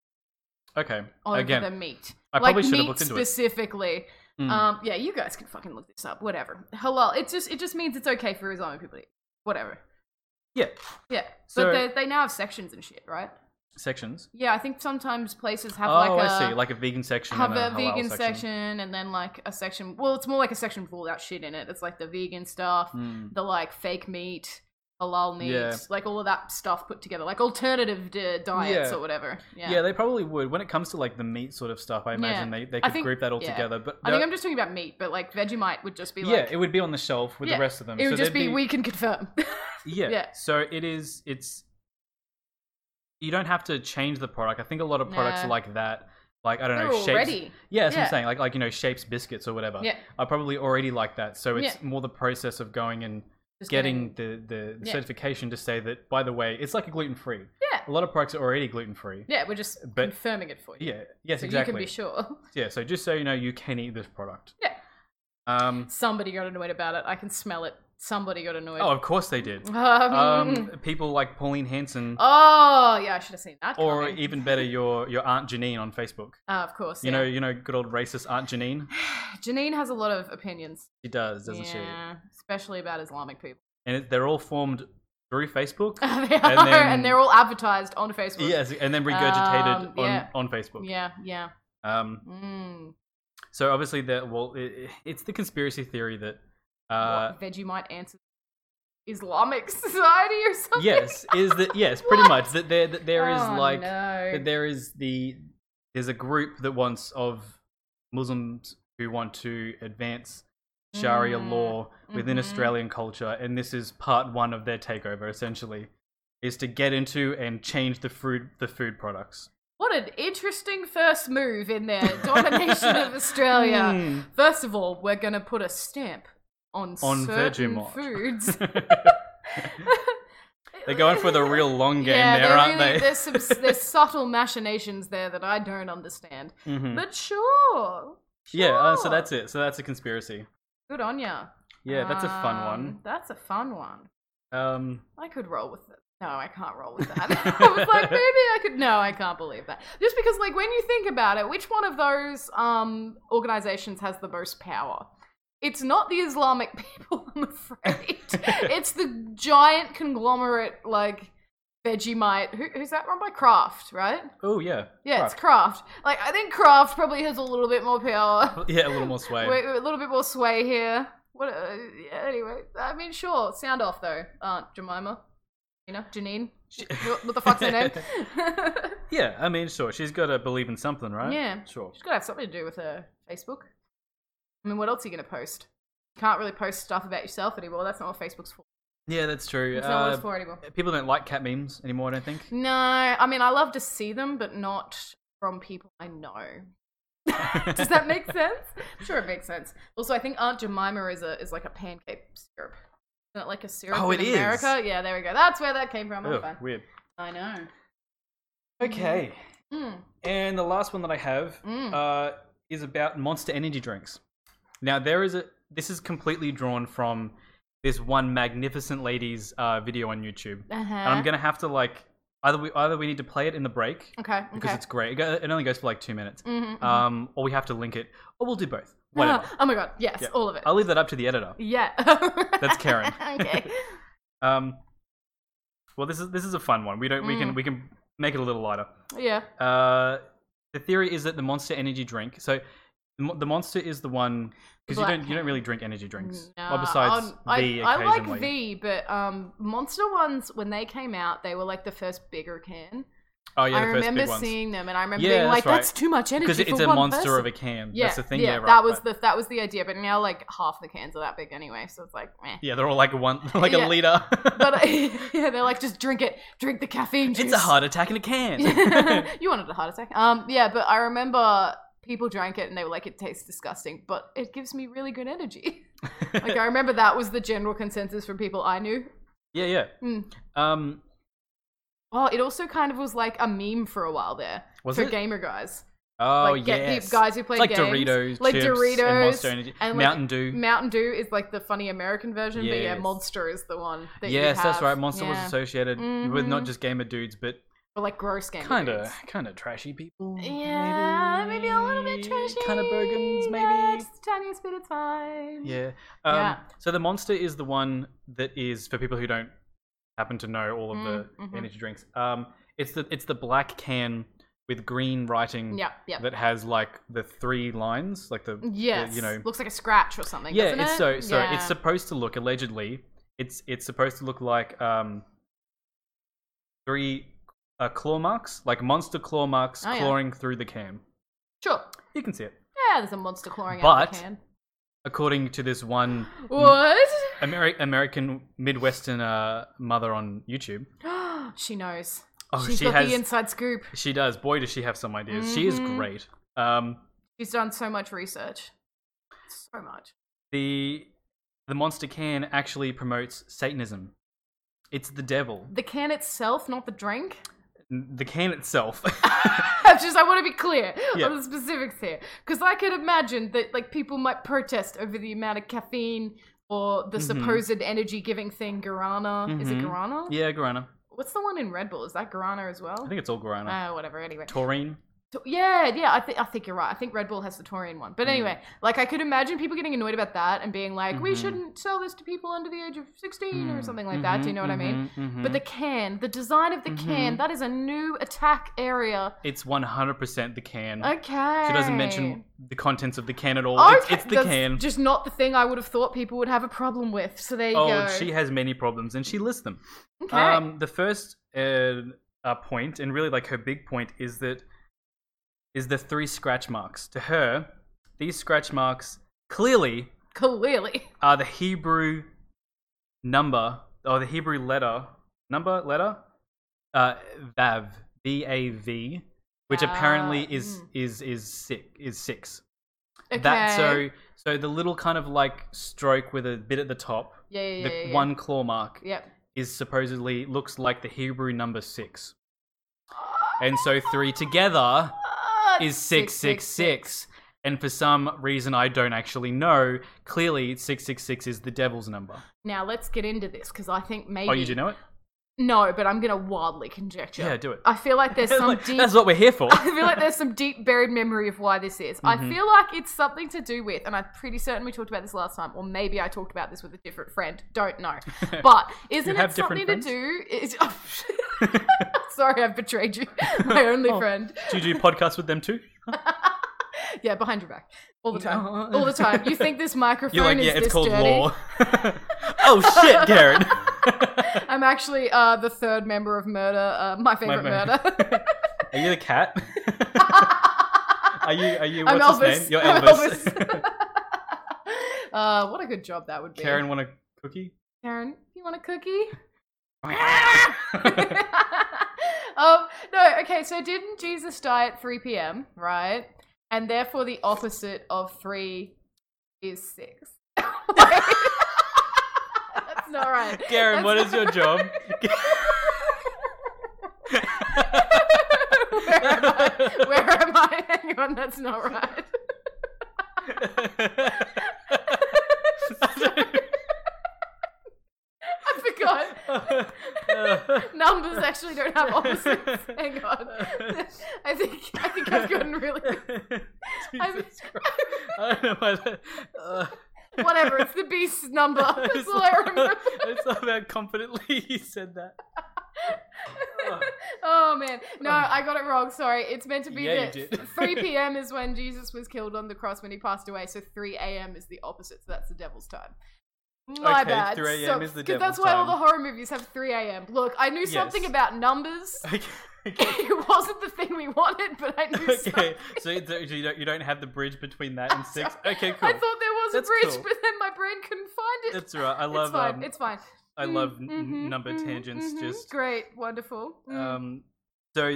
A: okay
B: over
A: Again,
B: the meat.
A: I
B: like
A: probably should
B: meat
A: have looked into it.
B: specifically.
A: Mm.
B: Um, yeah, you guys can fucking look this up. Whatever. Halal. It just it just means it's okay for Islamic people to eat. Whatever.
A: yeah,
B: Yeah.
A: So-
B: but they they now have sections and shit, right?
A: sections.
B: Yeah, I think sometimes places have
A: oh,
B: like
A: I
B: a
A: see, like a vegan section.
B: have
A: and
B: a
A: halal
B: vegan section. and then like a section. Well, it's more like a section with all that shit in it. It's like the vegan stuff,
A: Mm.
B: the like fake meat, halal meat,
A: Yeah.
B: like all of that stuff put together, like alternative d- diets
A: Yeah.
B: or whatever.
A: Yeah.
B: Yeah,
A: they probably would. When it comes to like the meat sort of stuff, I imagine they, they
B: I
A: could
B: think-
A: group that all
B: yeah.
A: together. But
B: I think
A: that-
B: I'm just talking about meat, but like Vegemite would just be
A: yeah,
B: like
A: it would be on the shelf with
B: Yeah,
A: the rest of them.
B: it would
A: So
B: just
A: there'd
B: be, we can confirm.
A: Yeah.
B: yeah.
A: So it is. It's. You don't have to change the product. I think a lot of products
B: Nah.
A: are like that. Like I don't
B: They're
A: know shapes.
B: already
A: Yeah, that's what
B: Yeah.
A: I'm saying. Like like you know shapes biscuits or whatever.
B: Yeah.
A: Are probably already like that. So it's more the process of going and
B: just
A: getting the the, the
B: Yeah.
A: certification to say that. By the way, it's like a gluten free.
B: Yeah.
A: A lot of products are already gluten free.
B: yeah, we're just
A: but-
B: confirming it for you.
A: Yeah. Yes,
B: so
A: exactly.
B: you can be sure.
A: Yeah. So just so you know, you can eat this product.
B: Yeah.
A: Um.
B: Somebody got annoyed about it. I can smell it. Somebody got annoyed.
A: Oh, of course they did.
B: Um,
A: Um. People like Pauline Hanson,
B: oh yeah, I should have seen that.
A: or
B: coming.
A: even better, your your aunt Janine on Facebook.
B: Ah, of course,
A: You
B: yeah.
A: know, you know, good old racist aunt Janine.
B: Janine has a lot of opinions.
A: She does, doesn't
B: yeah,
A: she?
B: especially about Islamic people.
A: And it, they're all formed through Facebook.
B: they are, and,
A: then-
B: they're all advertised on Facebook.
A: yes, and then regurgitated
B: Um, yeah.
A: on on Facebook.
B: yeah, yeah.
A: Um.
B: Mm.
A: So obviously, the well, it, it's the conspiracy theory that. Uh,
B: what, Vegemite answers Islamic society or something.
A: yes, is that yes, pretty
B: What?
A: much that there that there is
B: Oh,
A: like
B: no.
A: But there is the there's a group that wants of Muslims who want to advance Sharia
B: Mm,
A: law within
B: mhm.
A: Australian culture, and this is part one of their takeover. Essentially, is to get into and change the food the food products.
B: What an interesting first move in their domination of Australia.
A: Mm.
B: First of all, we're gonna put a stamp on,
A: On
B: certain
A: Vegemite.
B: foods.
A: They're going for the real long game
B: they're
A: there, aren't
B: really-
A: they?
B: There's, some, there's subtle machinations there that I don't understand.
A: Mhm.
B: But sure.
A: Yeah, uh, so
B: sure.
A: that's it. So that's a conspiracy.
B: Good on ya.
A: Yeah, that's a fun
B: Um,
A: one.
B: That's a fun one.
A: Um,
B: I could roll with it. No, I can't roll with that. I was like, maybe I could. No, I can't believe that. Just because, like, when you think about it, which one of those um, organizations has the most power? It's not the Islamic people, I'm afraid. it's the giant conglomerate, like Vegemite. Who, who's that run by? Kraft, right?
A: oh yeah,
B: Yeah, it's Kraft. Like, I think Kraft probably has a little bit more power.
A: yeah, a little more sway.
B: We're, we're a little bit more sway here. What? Uh, yeah, anyway, I mean, sure. Sound off though, Aunt Jemima. You know, Janine. What, what the fuck's her name? She's
A: Yeah, I mean, sure, she's got to believe in something, right?
B: Yeah.
A: sure.
B: gotta have something to do with her Facebook. I mean, what else are you gonna post? You can't really post stuff about yourself anymore. That's not what Facebook's for.
A: Yeah, that's true.
B: That's not what
A: Uh,
B: it's for anymore.
A: people don't like cat memes anymore. I don't think.
B: No, I mean, I love to see them, but not from people I know. Does that make sense? I'm sure it makes sense. Also, I think Aunt Jemima is a is like a pancake syrup. Isn't it like a syrup
A: Oh,
B: in
A: it is.
B: America? Yeah, there we go. That's where that came from. I'm
A: Ugh,
B: fine.
A: weird.
B: I know.
A: Okay,
B: Mm,
A: and the last one that I have
B: mm.
A: uh, is about Monster Energy drinks. Now there is a. This is completely drawn from this one magnificent lady's uh, video on YouTube,
B: Uh-huh.
A: and I'm gonna have to like either we either we need to play it in the break
B: Okay.
A: because
B: Mm, Okay.
A: it's great. It go- It only goes for like two minutes,
B: Mhm, mhm.
A: um, or we have to link it, or we'll do both. Whatever.
B: Ah, oh my god. Yes.
A: Yeah.
B: All of it.
A: I'll leave that up to the editor.
B: yeah.
A: That's Karen.
B: okay.
A: Um, well, this is this is a fun one. We don't we can
B: Mm.
A: we can make it a little lighter.
B: Yeah.
A: Uh, the theory is that the Monster Energy drink. So the Mo- the Monster is the one because you
B: Black
A: don't you don't really drink energy drinks. Well,
B: Nah,
A: besides
B: I'll- I,
A: the
B: I like
A: occasionally.
B: V, but um, Monster ones when they came out, they were like the first bigger can.
A: oh yeah,
B: I
A: the first
B: remember
A: big ones.
B: seeing them, and I remember
A: Yeah,
B: being
A: that's
B: like,
A: right.
B: "That's too much energy
A: Because it's
B: for
A: a
B: one
A: monster
B: person."
A: of a can.
B: yeah,
A: That's the thing.
B: yeah,
A: right,
B: that was
A: right.
B: the that was the idea, but now like half the cans are that big anyway, so it's like, meh.
A: yeah. They're all like one, like
B: Yeah.
A: a liter.
B: But uh, yeah, they're like, just drink it, drink the caffeine juice.
A: it's a heart attack in a can.
B: you wanted a heart attack. Um, yeah, but I remember people drank it and they were like, it tastes disgusting, but it gives me really good energy. like I remember that was the general consensus from people I knew.
A: yeah, yeah.
B: Mm.
A: Um,
B: Oh, it also kind of was like a meme for a while there
A: was
B: for
A: it?
B: gamer guys.
A: oh
B: like
A: yeah.
B: get the guys who played
A: like
B: games.
A: Doritos,
B: like
A: chips, and
B: Doritos,
A: Monster Energy,
B: and, like,
A: Mountain Dew.
B: Mountain Dew is like the funny American version, but yeah,
A: Yes.
B: Monster is the one. That you
A: yes, that's
B: have.
A: right. Monster was
B: Yeah.
A: associated with not
B: Mhm.
A: just gamer dudes, but
B: Or like gross gamer.
A: kind of
B: dudes.
A: kind of trashy people.
B: Yeah, maybe, a little bit trashy.
A: Kind of Bergens, maybe.
B: Yeah, just the tiniest bit, it's fine.
A: Yeah. Um,
B: Yeah.
A: So the monster is the one that is for people who don't happen to know all of the
B: Mm, mhm.
A: energy drinks. Um, it's the it's the black can with green writing
B: Yeah, yeah.
A: that has like the three lines, like the
B: Yes.
A: you know-
B: looks like a scratch or something.
A: yeah.
B: doesn't
A: It's
B: it?
A: so so
B: yeah.
A: it's supposed to look allegedly it's it's supposed to look like um three uh, claw marks, like monster claw marks
B: Oh, yeah.
A: clawing through the can.
B: sure.
A: You can see it.
B: Yeah, there's a monster clawing out of the
A: But-
B: can.
A: According to this one
B: What?
A: Ameri- American Midwestern uh, mother on YouTube.
B: she knows.
A: Oh,
B: She's
A: she
B: got
A: has.
B: the inside scoop.
A: she does. Boy, does she have some ideas. She is
B: Mhm.
A: great. Um,
B: She's done so much research. So much.
A: the the monster can actually promotes Satanism. It's the devil.
B: The can itself, not the drink.
A: N- The can itself.
B: I'm just I want to be clear
A: Yeah.
B: on the specifics here, because I could imagine that like people might protest over the amount of caffeine or the
A: Mhm.
B: supposed energy-giving thing. Guarana is it
A: Mhm.
B: guarana?
A: yeah, guarana.
B: What's the one in Red Bull? Is that guarana as well?
A: I think it's all guarana.
B: Oh, whatever. Anyway,
A: Taurine.
B: So- yeah, yeah. I think I think you're right. I think Red Bull has the taurine one. But
A: Mm.
B: anyway, like I could imagine people getting annoyed about that and being like, we
A: Mhm.
B: shouldn't sell this to people under the age of 16 or
A: Mm.
B: something like that. Do you know what I mean?
A: Mhm, mhm,
B: But the
A: mhm.
B: can, the design of the can,
A: Mhm.
B: that is a new attack area.
A: it's one hundred percent the can.
B: Okay.
A: She doesn't mention the contents of the can at all.
B: Okay,
A: It's, it's the
B: that's
A: can.
B: Just not the thing I would have thought people would have a problem with. So there you
A: oh,
B: go.
A: she has many problems, and she lists them.
B: okay.
A: Um, the first uh, uh, point, and really like her big point, is that is the three scratch marks. To her, these scratch marks clearly
B: Clearly.
A: are Uh, the Hebrew number or the Hebrew letter number letter uh, vav v a v, which
B: Ah,
A: apparently is
B: mm.
A: is is six is six.
B: Okay.
A: That so so the little kind of like stroke with a bit at the top,
B: yeah, yeah, yeah,
A: the
B: yeah.
A: one claw mark
B: Yep.
A: is supposedly looks like the Hebrew number six. And so three together
B: Ah,
A: is six six six. And for some reason I don't actually know, clearly six six six is the devil's number.
B: Now let's get into this because I think maybe.
A: Oh, you do know it?
B: No, but I'm gonna wildly conjecture.
A: Yeah, do it.
B: I feel like there's some
A: Like,
B: deep.
A: That's what we're here for.
B: I feel like there's some deep buried memory of why this is. I
A: Mhm.
B: feel like it's something to do with, and I'm pretty certain we talked about this last time, or maybe I talked about this with a different friend. Don't know. But isn't
A: have
B: it something
A: different friends?
B: to do? Is, oh, sorry, I've betrayed you, my only
A: Oh.
B: friend.
A: do you do podcasts with them too?
B: Yeah, behind your back, all the time,
A: No.
B: all the time. You think this microphone
A: You're like,
B: is
A: yeah, it's
B: this
A: called
B: dirty?
A: law. oh shit, Garrett.
B: I'm actually uh, the third member of Murder, uh, my favorite
A: bad.
B: murder.
A: Are you the cat? are you are you
B: I'm
A: what's his
B: Elvis.
A: name? You're
B: I'm
A: Elvis.
B: uh, what a good job that would be.
A: Karen want a cookie?
B: Karen, you want a cookie? um, no, okay, so didn't Jesus die at 3 p.m., right? And therefore the opposite of 3 is 6. That's not right.
A: Karen, what
B: That's
A: is
B: not-
A: your job?
B: Where am I? Where am I? Hang on, that's not right. actually don't have opposites. Hang on. I think I think I've gotten really I'm-
A: Jesus Christ. I don't know why that. Uh,
B: whatever. It's the beast's number. That's all I remember.
A: It's not how confidently you said that. Ugh.
B: Oh man, no, I got it wrong. Sorry, it's meant to be
A: Yeah,
B: that
A: you did.
B: 3 p.m. is when Jesus was killed on the cross when he passed away. So 3 a.m. is the opposite. So that's the devil's time. My
A: Okay,
B: bad.
A: 3
B: So-
A: a.m. is the
B: 'cause That's
A: devil's
B: why all
A: time.
B: the horror movies have 3 a.m. Look, I knew something
A: Yes.
B: about numbers.
A: Okay.
B: it wasn't the thing we wanted, but I knew something.
A: okay. So you don't- you don't you don't have the bridge between that and six. Okay, cool.
B: I thought there was
A: That's
B: a bridge,
A: cool.
B: but then my brain couldn't find it.
A: That's all right. I love
B: it's fine.
A: um,
B: it's fine.
A: I
B: Mm,
A: love n-
B: mhm,
A: number
B: mhm,
A: tangents.
B: mhm.
A: Just
B: great, wonderful. Mm.
A: um. So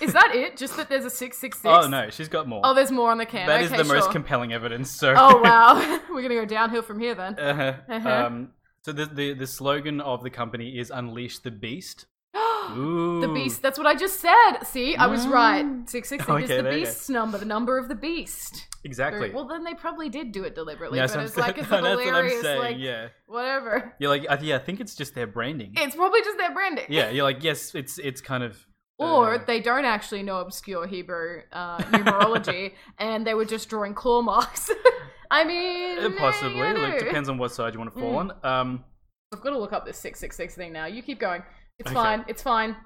B: Is that it? Just that there's a six six six?
A: oh no, she's got more.
B: Oh, there's more on the can.
A: That
B: okay,
A: is the most
B: sure.
A: compelling evidence. So
B: oh wow, we're gonna go downhill from here then.
A: uh-huh.
B: Uh-huh.
A: um. So the, the the slogan of the company is "Unleash the Beast." Uh, Ooh.
B: the beast. That's what I just said. See, I was right. Six six six
A: Okay,
B: is
A: there
B: the
A: you go.
B: beast's number, the number of the beast.
A: Exactly.
B: Well, then they probably did do it deliberately,
A: Yes,
B: but
A: I'm
B: it's
A: sa-
B: like it's a
A: No, that's what I'm
B: hilarious,
A: saying.
B: like
A: yeah.
B: whatever.
A: You're like, I, yeah, I think it's just their branding.
B: It's probably just their branding.
A: yeah. You're like, yes, it's it's kind of.
B: Or
A: uh,
B: they don't actually know obscure Hebrew uh, numerology, and they were just drawing claw marks. I mean,
A: Uh, possibly.
B: you know.
A: Look, depends on what side you want to fall
B: Mm.
A: on. Um,
B: I've got to look up this six six six thing now. You keep going. It's
A: Okay.
B: fine. It's fine.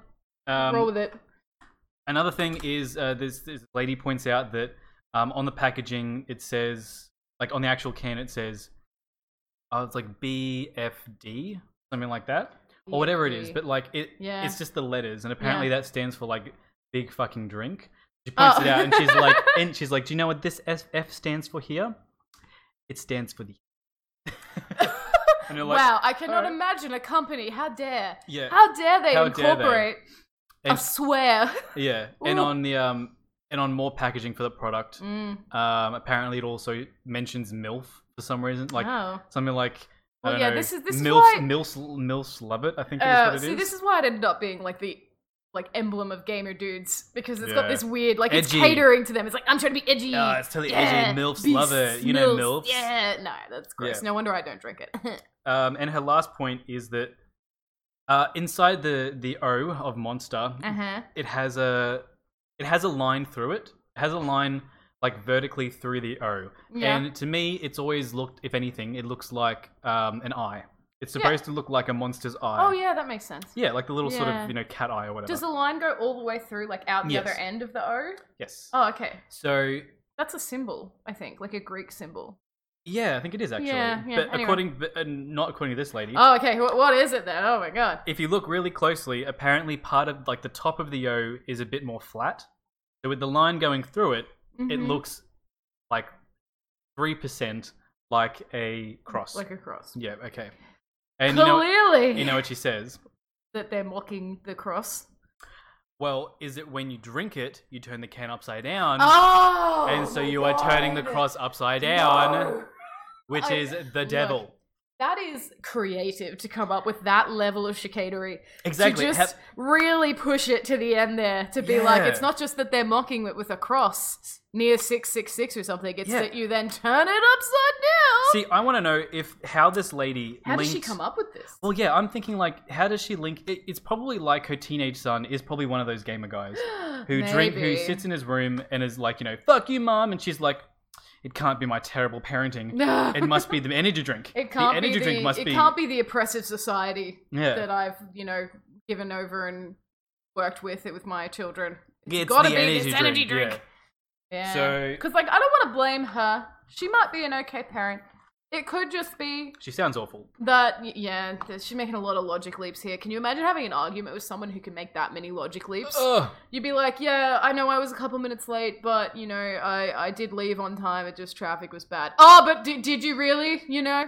A: um,
B: Roll with it.
A: Another thing is uh, this, this lady points out that um, on the packaging it says, like on the actual can it says, oh, it's like BFD, something like that, or whatever it is.
B: BFD.
A: But like it,
B: Yeah.
A: it's just the letters, and apparently that stands for like big fucking drink. She
B: Oh.
A: points it out, and she's like, and she's like, do you know what this SF stands for here? It stands for the. and you're like,
B: wow, I cannot
A: alright.
B: imagine a company. How dare?
A: yeah,
B: How dare they
A: How dare they.
B: incorporate? I
A: And-
B: swear.
A: yeah, and
B: Ooh.
A: on the um, and on more packaging for the product.
B: Mm,
A: Um, apparently, it also mentions MILF for some reason, like
B: wow.
A: something like I
B: Ah. Well,
A: don't
B: yeah,
A: know,
B: this is- this is
A: MILF,
B: why-
A: MILF, MILF Lovett, I think is
B: Uh,
A: what it is.
B: see, this is why it ended up being like the like emblem of gamer dudes because it's got
A: Yeah.
B: this weird like it's
A: Edgy.
B: catering to them. It's like I'm trying to be edgy.
A: Ah, it's totally edgy. MILFs
B: beasts,
A: love it. You know
B: milfs,
A: MILFs.
B: Yeah, no, that's gross.
A: Yeah.
B: No wonder I don't drink it.
A: Um, and her last point is that uh, inside the the O of Monster,
B: uh huh.
A: it has a it has a line through it. It has a line like vertically through the O.
B: Yeah.
A: And uh, to me, it's always looked, if anything, it looks like um, an eye. It's supposed to look like a monster's eye.
B: oh yeah, that makes sense.
A: Yeah, like the little sort
B: Yeah.
A: of you know cat eye or whatever.
B: Does the line go all the way through, like out the
A: Yes.
B: other end of the O?
A: yes.
B: Oh, okay.
A: So
B: That's a symbol, I think, like a Greek symbol.
A: yeah, I think it is actually.
B: Yeah, yeah,
A: but
B: anyway.
A: according, but, uh, not according to this lady.
B: Oh, okay. What, what is it then? Oh my god.
A: if you look really closely, apparently part of like the top of the O is a bit more flat. So with the line going through it, it
B: Mhm.
A: looks like three percent like a cross.
B: like a cross.
A: yeah. Okay. And you know,
B: Clearly,
A: you know what she says.
B: that they're mocking the cross.
A: Well, is it when you drink it, you turn the can upside down,
B: Oh,
A: and so
B: my
A: you are turning the
B: God.
A: cross upside down,
B: No.
A: which
B: I-
A: is the
B: look,
A: devil.
B: That is creative to come up with that level of chicanery.
A: Exactly.
B: To
A: Have-
B: just really push it to the end there to be like,
A: Yeah.
B: it's not just that they're mocking it with a cross near 666 or something, it's
A: Yeah.
B: that you then turn it upside down.
A: See, I want to know if how this lady
B: How
A: linked.
B: did she come up with this?
A: Well, yeah, I'm thinking like, how does she link? It, it's probably like her teenage son is probably one of those gamer guys who drink, who
B: Maybe.
A: sits in his room and is like, you know, fuck you, mom, and she's like, it can't be my terrible parenting.
B: No.
A: It must be the energy drink.
B: It can't
A: the
B: be
A: energy
B: the,
A: drink must
B: it
A: be.
B: can't be the oppressive society
A: yeah.
B: that I've, you know, given over and worked with it with my children.
A: Yeah, it's
B: gotta
A: the
B: be
A: energy
B: this
A: drink.
B: energy drink.
A: yeah.
B: Yeah.
A: So-
B: cuz like I don't want to blame her. She might be an okay parent. It could just be
A: She sounds awful.
B: that y- yeah, th- she's making a lot of logic leaps here. Can you imagine having an argument with someone who can make that many logic leaps?
A: Ugh.
B: You'd be like, "Yeah, I know I was a couple minutes late, but you know, I I did leave on time. It just traffic was bad." Oh, but did did you really? You know,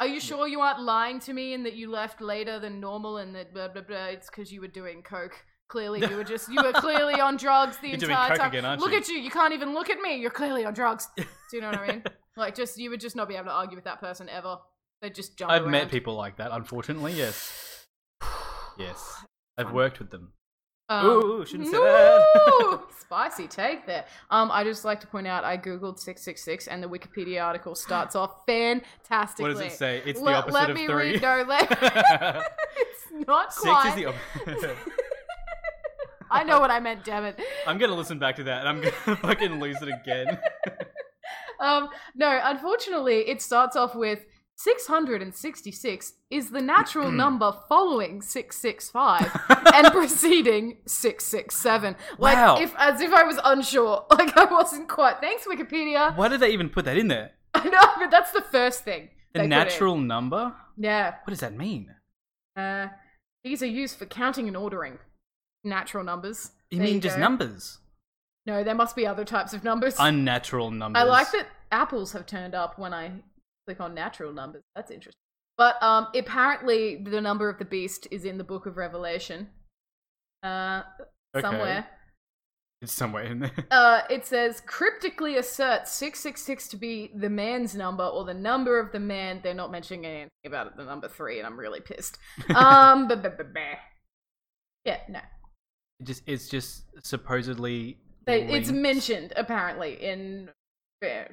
B: are you sure you aren't lying to me and that you left later than normal and that blah blah blah? It's because you were doing coke. Clearly, you were just you were clearly on drugs the
A: You're doing
B: entire
A: coke
B: time.
A: again, aren't
B: look
A: you?
B: at you. You can't even look at me. You're clearly on drugs. Do you know what I mean? Like, just you would just not be able to argue with that person ever. They would just jump.
A: I've
B: around.
A: met people like that, unfortunately. Yes. Yes. I've worked with them.
B: Um,
A: Ooh, shouldn't say that.
B: ooh, spicy take there. Um, I just like to point out I googled six six six, and the Wikipedia article starts off fantastically.
A: What does it say? It's
B: Le-
A: the opposite
B: let
A: of
B: me
A: three.
B: read. No, let, it's not
A: Six
B: quite.
A: is the opposite.
B: I know what I meant, damn it.
A: I'm gonna listen back to that, and I'm gonna fucking lose it again.
B: Um, no, unfortunately, it starts off with 666 is the
A: Hmm.
B: natural number following 665 and preceding 667. Like,
A: Wow.
B: if, as if I was unsure. Like, I wasn't quite. Thanks, Wikipedia.
A: Why did they even put that in there?
B: I know, but that's the first thing.
A: The
B: they put in.
A: natural number?
B: Yeah.
A: What does that mean?
B: Uh, these are used for counting and ordering natural numbers.
A: You
B: There
A: mean
B: you
A: just
B: go.
A: numbers?
B: No, there must be other types of numbers.
A: Unnatural numbers.
B: I like that apples have turned up when I click on natural numbers. That's interesting. But um, apparently, the number of the beast is in the Book of Revelation. Uh,
A: Okay.
B: somewhere.
A: It's somewhere in there.
B: Uh, it says cryptically asserts 666 to be the man's number or the number of the man. They're not mentioning anything about it, the number three, and I'm really pissed. Um, bah, bah, bah, bah. yeah, no.
A: It just it's just supposedly
B: They, it's
A: linked.
B: mentioned apparently in. yeah,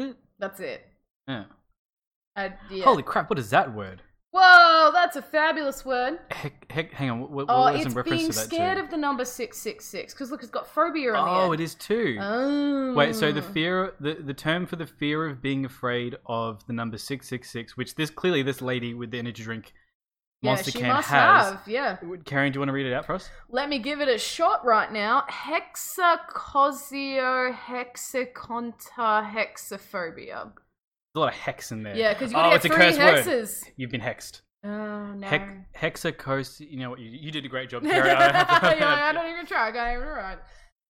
A: Mm.
B: That's it.
A: Yeah.
B: I, yeah.
A: Holy crap! What is that word?
B: Whoa, that's a fabulous word.
A: Heck, heck, hang on. What, what
B: Oh,
A: was in
B: it's
A: reference
B: being
A: to that?
B: scared
A: too?
B: of the number 666 because look, it's got phobia on
A: oh,
B: the
A: it
B: end.
A: is too.
B: Oh.
A: Wait, so the fear, the, the term for the fear of being afraid of the number six six six, which this clearly this lady with the energy drink
B: yeah,
A: monster
B: she
A: can
B: must
A: has.
B: have. Yeah.
A: Karen, do you want to read it out for us?
B: Let me give it a shot right now. Hexacosio hexaconta hexaphobia.
A: There's a lot of hex in there.
B: Yeah, because you
A: Oh,
B: got
A: it's
B: to
A: a
B: get
A: curse
B: three
A: word.
B: hexes.
A: You've been hexed.
B: Oh, no.
A: Hex, hexacos. You know what? You, you did a great job, Karen. I have to-
B: yeah, I don't e- even try. I got it right.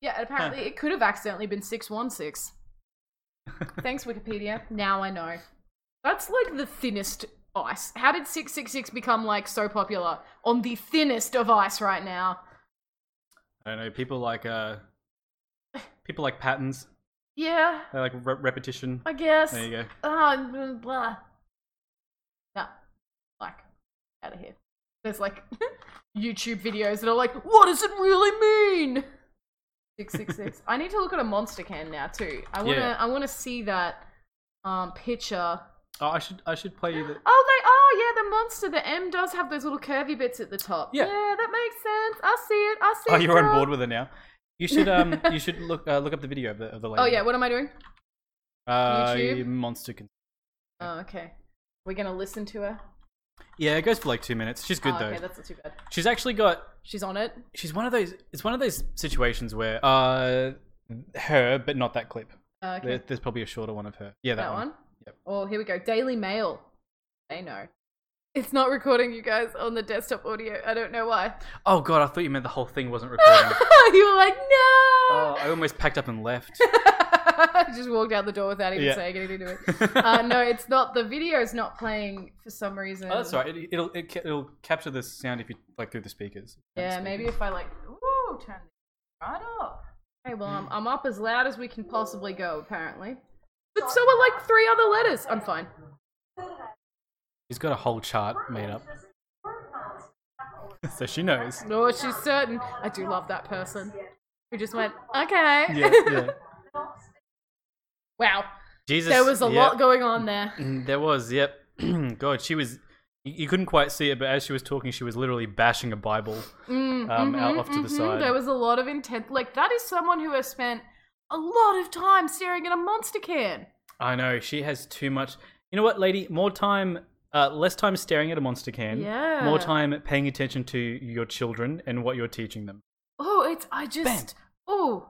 B: Yeah, and apparently it could have accidentally been 616. Thanks, Wikipedia. Now I know. That's like the thinnest ice. How did 666 become like so popular on the thinnest of ice right now?
A: I don't know. People like uh, people like patterns.
B: Yeah,
A: They like re- repetition.
B: I guess.
A: There you go.
B: Ah, blah, blah. No. Like, out of here. There's like YouTube videos that are like, what does it really mean? 666. I need to look at a monster can now too. I wanna
A: Yeah.
B: I wanna see that um picture.
A: Oh, I should I should play you the.
B: Oh they oh yeah, the monster, the M does have those little curvy bits at the top.
A: Yeah.
B: that makes sense. I see it. I see
A: Oh,
B: it.
A: you're on
B: girl.
A: board with it now. You should um you should look uh, look up the video of the of the lady.
B: Oh yeah, what am I doing?
A: Uh,
B: YouTube?
A: monster. Con-
B: Oh, okay. We're gonna listen to her.
A: yeah, it goes for like two minutes. She's good
B: oh,
A: though.
B: okay, that's not too bad.
A: She's actually got.
B: She's on it.
A: She's one of those. It's one of those situations where uh, her, but not that clip.
B: Okay.
A: There, there's probably a shorter one of her. Yeah, that,
B: That
A: one.
B: one?
A: Yep.
B: Oh, here we go. Daily Mail. They know. It's not recording you guys on the desktop audio. I don't know why.
A: Oh god, I thought you meant the whole thing wasn't recording.
B: you were like, no!
A: oh, I almost packed up and left.
B: I Just walked out the door without even
A: Yeah.
B: saying anything to it. Uh,
A: uh,
B: no, it's not. The video's not playing for some reason.
A: Oh, that's all right. It, it'll it, ca- it'll capture the sound if you like through the speakers.
B: Yeah, maybe if I like, ooh, turn the right up. Okay, well,
A: Hmm.
B: I'm, I'm up as loud as we can possibly go, apparently. But so are like three other letters. I'm fine.
A: He's got a whole chart made up, so she knows.
B: No, Oh, she's certain. I do love that person who just went, okay.
A: Yeah, yeah.
B: wow.
A: Jesus,
B: There was a
A: yep.
B: lot going on there.
A: Mm, There was, yep. God, she was. You you couldn't quite see it, but as she was talking, she was literally bashing a Bible.
B: Mm,
A: Um, out
B: mhm,
A: off to the
B: mhm.
A: side.
B: There was a lot of intent. Like, that is someone who has spent a lot of time staring at a monster can.
A: I know she has too much. You know what, lady? More time, uh, less time staring at a monster can.
B: Yeah.
A: More time paying attention to your children and what you're teaching them.
B: Oh, it's, I just, oh,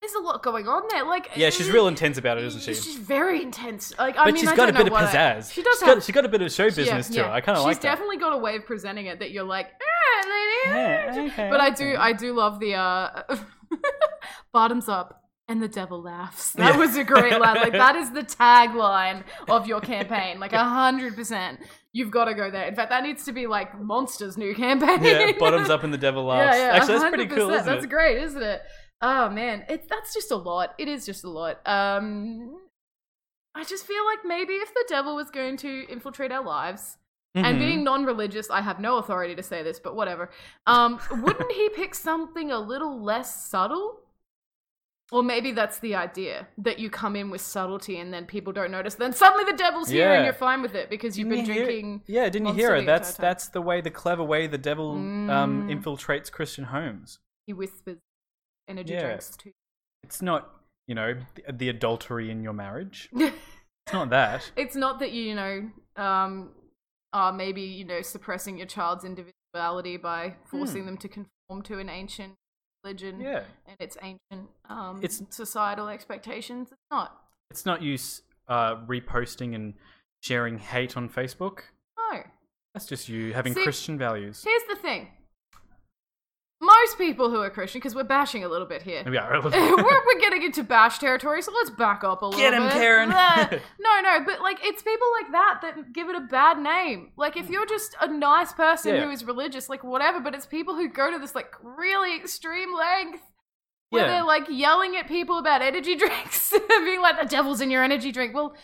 B: there's a lot going on there. Like,
A: Yeah, she's
B: it-
A: real intense about it, isn't she?
B: Eh, She's very intense. Like, I
A: but
B: mean,
A: she's
B: I
A: got a
B: don't
A: bit
B: know
A: of
B: what I-
A: pizzazz.
B: she does
A: she's
B: have.
A: got, she's got a bit of show business to
B: yeah, yeah.
A: her. I kind of like
B: She's
A: that.
B: definitely got a way of presenting it that you're like, eh, lady, eh,
A: Yeah, okay,
B: But I
A: okay.
B: do, I do love the uh, bottoms up and the devil laughs. That
A: Yeah.
B: was a great line. Like that is the tagline of your campaign. Like a hundred percent, you've got to go there. In fact, that needs to be like Monsters' new campaign.
A: yeah, bottoms up and the devil
B: yeah,
A: laughs.
B: yeah,
A: Actually, that's pretty cool,
B: 100%.
A: isn't
B: that's
A: it?
B: great, isn't it? Oh man, it, that's just a lot. It is just a lot. Um, I just feel like maybe if the devil was going to infiltrate our lives, and
A: Mhm.
B: being non-religious i have no authority to say this but whatever um, wouldn't he pick something a little less subtle or maybe that's the idea that you come in with subtlety and then people don't notice then suddenly the devil's here
A: Yeah.
B: and you're fine with it because you've been
A: Didn't you hear-
B: drinking
A: Yeah, didn't you
B: monster
A: hear
B: the
A: it?
B: entire
A: That's
B: time.
A: that's the way the clever way the devil um,
B: Mm.
A: infiltrates Christian homes.
B: he whispers energy
A: Yeah.
B: drinks to
A: It's not, you know, the, the adultery in your marriage.
B: you.
A: It's not that.
B: it's not that you, you know, um, are maybe, you know, suppressing your child's individuality by forcing them to conform to an ancient religion
A: Hmm. Yeah.
B: and its ancient um,
A: It's-
B: societal expectations. It's not.
A: It's not you s- uh, reposting and sharing hate on Facebook.
B: No.
A: That's just you having
B: See-
A: Christian values.
B: Here's the thing. Most people who are Christian, because we're bashing a little bit here.
A: Maybe I-
B: we're, we're getting into bash territory, so let's back up a little
A: Get
B: bit.
A: him, Karen.
B: Blah. no, no, but like it's people like that that give it a bad name. Like if you're just a nice person
A: Yeah.
B: who is religious, like whatever, but it's people who go to this like really extreme length where
A: yeah.
B: they're like yelling at people about energy drinks and being like, the devil's in your energy drink. Well,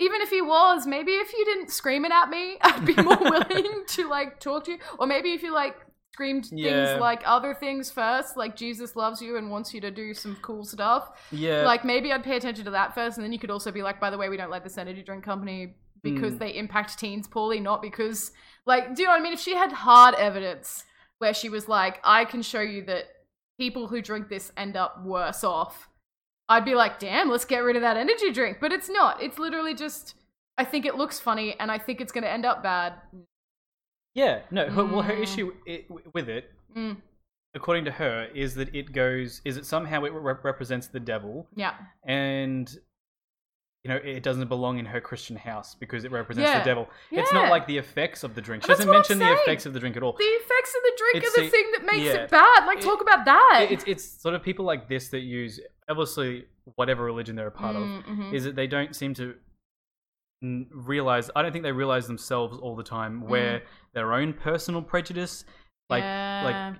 B: even if he was, maybe if you didn't scream it at me, I'd be more willing to like talk to you. Or maybe if you like screamed
A: Yeah.
B: things like other things first, like Jesus loves you and wants you to do some cool stuff.
A: yeah.
B: Like maybe I'd pay attention to that first, and then you could also be like, by the way, we don't like this energy drink company because
A: Mm.
B: they impact teens poorly, not because like do you know what I mean? If she had hard evidence where she was like, I can show you that people who drink this end up worse off, I'd be like, damn, let's get rid of that energy drink. But it's not. It's literally just I think it looks funny and I think it's gonna end up bad.
A: Yeah, no. Her, Well, her
B: Mm.
A: issue i w with it,
B: Mm.
A: according to her, is that it goes, is it somehow it re- represents the devil,
B: Yeah.
A: and you know it doesn't belong in her Christian house because it represents
B: Yeah.
A: the devil. It's not
B: Yeah.
A: like the effects of the drink. She
B: That's
A: doesn't
B: what I'm
A: mention the
B: saying.
A: effects of the drink at all.
B: The effects of the drink
A: It's
B: are the
A: the-
B: thing that makes
A: yeah.
B: it bad. Like
A: It-
B: talk about that.
A: It- it's it's sort of people like this that use obviously whatever religion they're a part of
B: Mm, mhm.
A: is that they don't seem to n- realize. I don't think they realize themselves all the time
B: Mm.
A: where their own personal prejudice like- like
B: Yeah.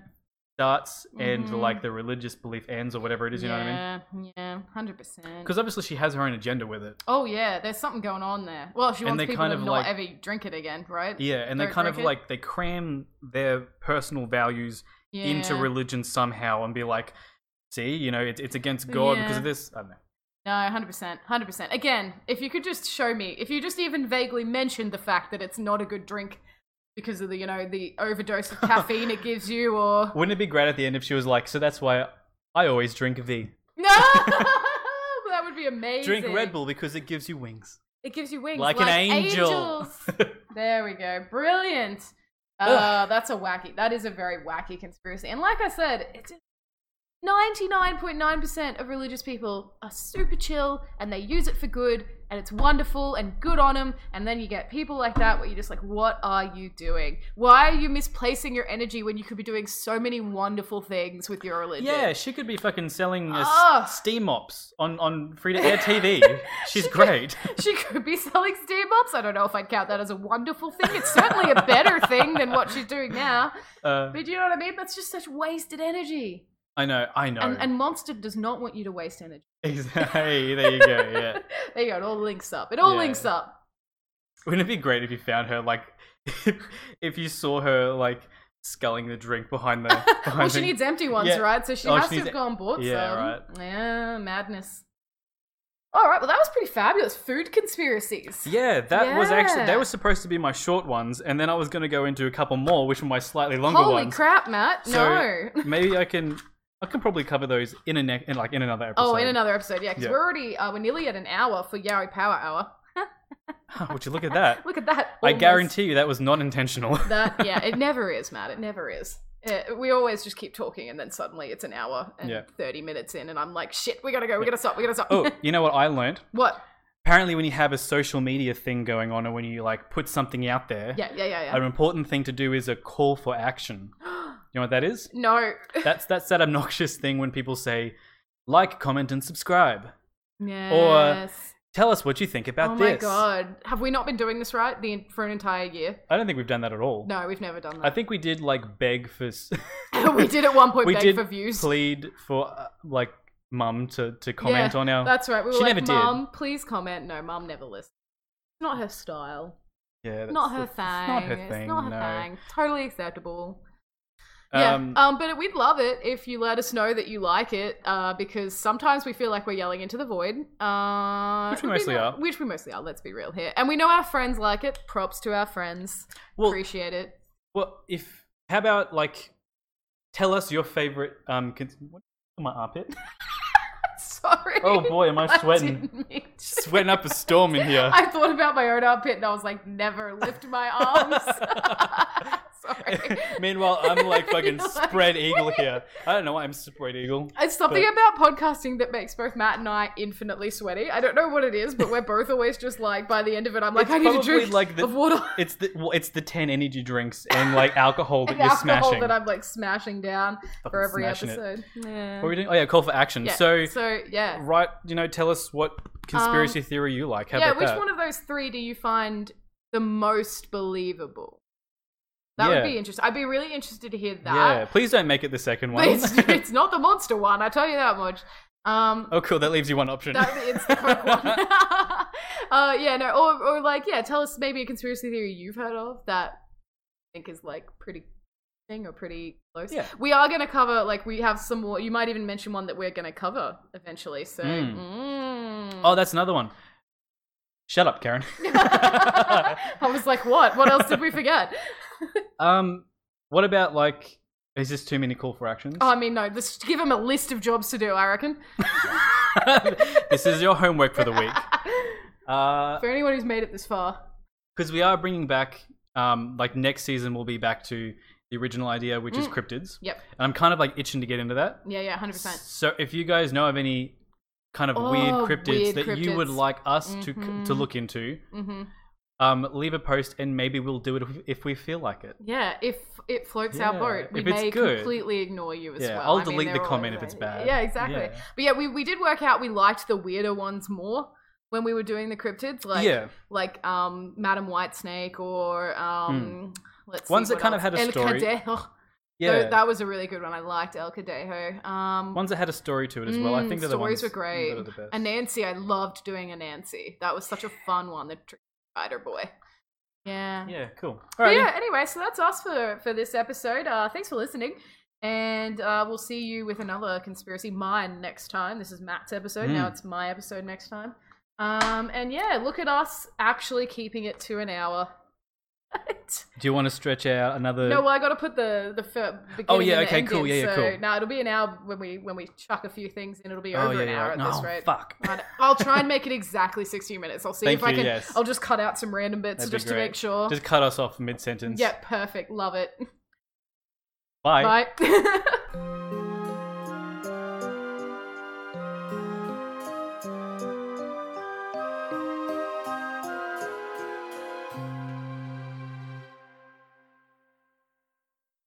A: starts and
B: Mhm.
A: like the religious belief ends or whatever it is. You know what I mean?
B: mean? Yeah, hundred percent.
A: Because obviously she has her own agenda with it.
B: oh yeah, there's something going on there. Well, she
A: And
B: wants
A: they
B: people
A: kind
B: to
A: of,
B: not
A: like-
B: ever drink it again, right?
A: Yeah, and they
B: Don't
A: kind of
B: drink it?
A: like they cram their personal values
B: Yeah.
A: into religion somehow and be like, see, you know, it, it's against God because of
B: Yeah.
A: this. I don't know.
B: no, hundred percent, hundred percent. Again, if you could just show me, if you just even vaguely mentioned the fact that it's not a good drink because of the you know the overdose of caffeine it gives you, or
A: Wouldn't it be great at the end if she was like, so that's why I always drink V.
B: no, that would be amazing.
A: Drink Red Bull because it gives you wings.
B: It gives you wings
A: Like an angel.
B: angels. There we go. Brilliant. Uh,
A: Ugh.
B: that's a wacky. That is a very wacky conspiracy. And like I said, it's ninety-nine point nine percent of religious people are super chill, and they use it for good, and it's wonderful and good on them. And then you get people like that where you're just like, "What are you doing? Why are you misplacing your energy when you could be doing so many wonderful things with your religion?"
A: Yeah, she could be fucking selling uh, s-
B: Ugh.
A: steam ops on, on free to air TV. She's
B: She-
A: great.
B: She could be selling steam ups. I don't know if I'd count that as a wonderful thing. It's certainly a better thing than what she's doing now.
A: Uh,
B: But you know what I mean? That's just such wasted energy.
A: I know, I know.
B: And, and Monster does not want you to waste energy.
A: hey, there you go, yeah.
B: There you go. It all links up. It all
A: Yeah.
B: links up.
A: Wouldn't it be great if you found her like if, if you saw her like sculling the drink behind the behind
B: well,
A: the,
B: she needs empty ones,
A: Yeah.
B: right? So she
A: Oh,
B: has
A: she
B: to
A: needs
B: have
A: e-
B: gone bought
A: Yeah,
B: some.
A: right.
B: Yeah, madness. All right. Well, that was pretty fabulous. Food conspiracies.
A: Yeah, that was actually they
B: Yeah.
A: were supposed to be my short ones, and then I was gonna go into a couple more, which were my slightly longer
B: Holy
A: ones.
B: crap, Matt.
A: So-
B: no.
A: Maybe I can I can probably cover those in a ne- in like in another episode.
B: Oh, in another episode. Yeah, because
A: Yeah.
B: we're already, uh, we're nearly at an hour for Yowie Power Hour.
A: Would you look at that?
B: Look at that.
A: I
B: almost.
A: guarantee you that was not intentional.
B: That yeah, it never is, Matt. It never is. Uh we always just keep talking, and then suddenly it's an hour and
A: Yeah.
B: thirty minutes in, and I'm like, shit, we gotta go, we gotta stop, we gotta stop.
A: oh, you know what I learned?
B: what?
A: Apparently, when you have a social media thing going on, or when you like put something out there,
B: Yeah, yeah, yeah,
A: an
B: yeah.
A: important thing to do is a call for action. You know what that is?
B: no.
A: That's that's that obnoxious thing when people say, like, comment, and subscribe.
B: Yes.
A: Tell us what you think uh, about
B: oh
A: this.
B: my god, have we not been doing this right the for an entire year?
A: I don't think we've done that at all.
B: No, we've never done
A: I
B: that.
A: think we did like beg for, s-
B: we did at one point
A: We
B: beg
A: did
B: for views.
A: plead for uh, like mum to to comment on our.
B: That's right. We were
A: She
B: like,
A: never did.
B: Mum, please comment. No, Mum never listens. Not her style.
A: yeah, that's
B: Not her
A: the-
B: thing.
A: It's not her
B: It's
A: thing.
B: not her
A: no.
B: thing. Totally acceptable. Yeah.
A: Um,
B: um, but we'd love it if you let us know that you like it, uh, because sometimes we feel like we're yelling into the void. Uh,
A: Which we mostly
B: know-
A: are.
B: Which we mostly are, let's be real here. And we know our friends like it. Props to our friends.
A: well,
B: Appreciate it.
A: well, if how about like Tell us your favorite. Um, cons- what my armpit.
B: Sorry.
A: Oh boy, am I sweating?
B: didn't mean to.
A: sweating up a storm in here.
B: I thought about my own armpit and I was like, never lift my arms. Sorry.
A: Meanwhile, I'm like fucking
B: You're like-
A: spread eagle here. I don't know why I'm spread eagle.
B: It's something about podcasting that makes both Matt and I infinitely sweaty. I don't know what it is, but we're both always just like, by the end of it, I'm like,
A: It's
B: I need a
A: probably
B: drink
A: like the-
B: of water
A: It's the well, it's the ten energy drinks and like alcohol that
B: and
A: you're
B: alcohol
A: smashing.
B: that I'm like smashing down
A: Fucking
B: for every
A: smashing it.
B: episode. Yeah.
A: What are we doing? Oh yeah, call for action.
B: Yeah,
A: So,
B: so yeah. Um,
A: right, you know, tell us what conspiracy theory you like. How
B: yeah,
A: about
B: which
A: that?
B: one of those three do you find the most believable? That
A: Yeah.
B: would be interesting. I'd be really interested to hear that.
A: Yeah, please don't make it the second
B: But
A: one.
B: it's, it's not the monster one, I tell you that much. Um,
A: oh, cool. That leaves you one option.
B: that, it's the Coke one. uh, yeah, no, or, or like, yeah, tell us maybe a conspiracy theory you've heard of that I think is like pretty thing or pretty close.
A: Yeah.
B: We are going to cover, like, we have some more. You might even mention one that we're going to cover eventually. So,
A: Mm.
B: mm.
A: oh, that's another one. Shut up, Karen.
B: I was like, what? What else did we forget?
A: um, what about like? Is this too many call for actions?
B: Oh, I mean, no, let's give him a list of jobs to do, I reckon.
A: this is your homework for the week. Because
B: For anyone who's made it this far.
A: we are bringing back, um, like next season, we'll be back to the original idea, which is
B: Mm.
A: cryptids.
B: Yep.
A: And I'm kind of like itching to get into that.
B: Yeah, yeah, 100%.
A: So if you guys know of any kind of weird
B: Oh,
A: cryptids
B: weird
A: that you would
B: cryptids.
A: like us to
B: Mhm.
A: to look into,
B: hmm
A: um, leave a post and maybe we'll do it if, if we feel like it.
B: Yeah, if it floats our
A: Yeah,
B: boat, we
A: if it's
B: may
A: good.
B: completely ignore you as
A: Yeah,
B: well.
A: I'll
B: I mean,
A: delete the
B: they're all
A: comment if
B: over
A: it's
B: it.
A: bad.
B: Yeah, exactly.
A: Yeah.
B: But yeah, we, we did work out we liked the weirder ones more when we were doing the cryptids, like
A: yeah.
B: like um Madam Whitesnake or um let's see,
A: Hmm. Ones that
B: what
A: kind of had
B: else?
A: a
B: El
A: story.
B: Cadejo.
A: Yeah.
B: Tho- that was a really good one. I liked El Cadejo. Um
A: ones that had a story to it as well. I
B: Mm,
A: think they're
B: stories
A: the ones
B: were great.
A: That are the best.
B: Anansi, I loved doing Anansi. That was such a fun one, the Trick Rider boy. Yeah.
A: yeah, cool. All
B: But
A: right.
B: yeah, anyway, so that's us for, for this episode. Uh, thanks for listening. And uh, we'll see you with another conspiracy, mine next time. This is Matt's episode. Now
A: Mm.
B: it's my episode next time. Um, and yeah, look at us actually keeping it to an hour.
A: Do you want to stretch out another?
B: no, well, I got to put the the fir- beginning.
A: Oh, yeah,
B: and the
A: okay,
B: end
A: cool,
B: in,
A: yeah, yeah,
B: so,
A: cool.
B: No, it'll be an hour when we when we chuck a few things in. It'll be
A: oh
B: over
A: yeah,
B: an
A: yeah.
B: hour at
A: no,
B: this rate.
A: fuck.
B: Right, I'll try and make it exactly sixty minutes. I'll see
A: Thank
B: if I
A: you,
B: can.
A: yes.
B: I'll just cut out some random bits
A: That'd be
B: just to
A: great.
B: make sure.
A: Just cut us off mid sentence.
B: yeah, perfect. Love it.
A: Bye.
B: Bye.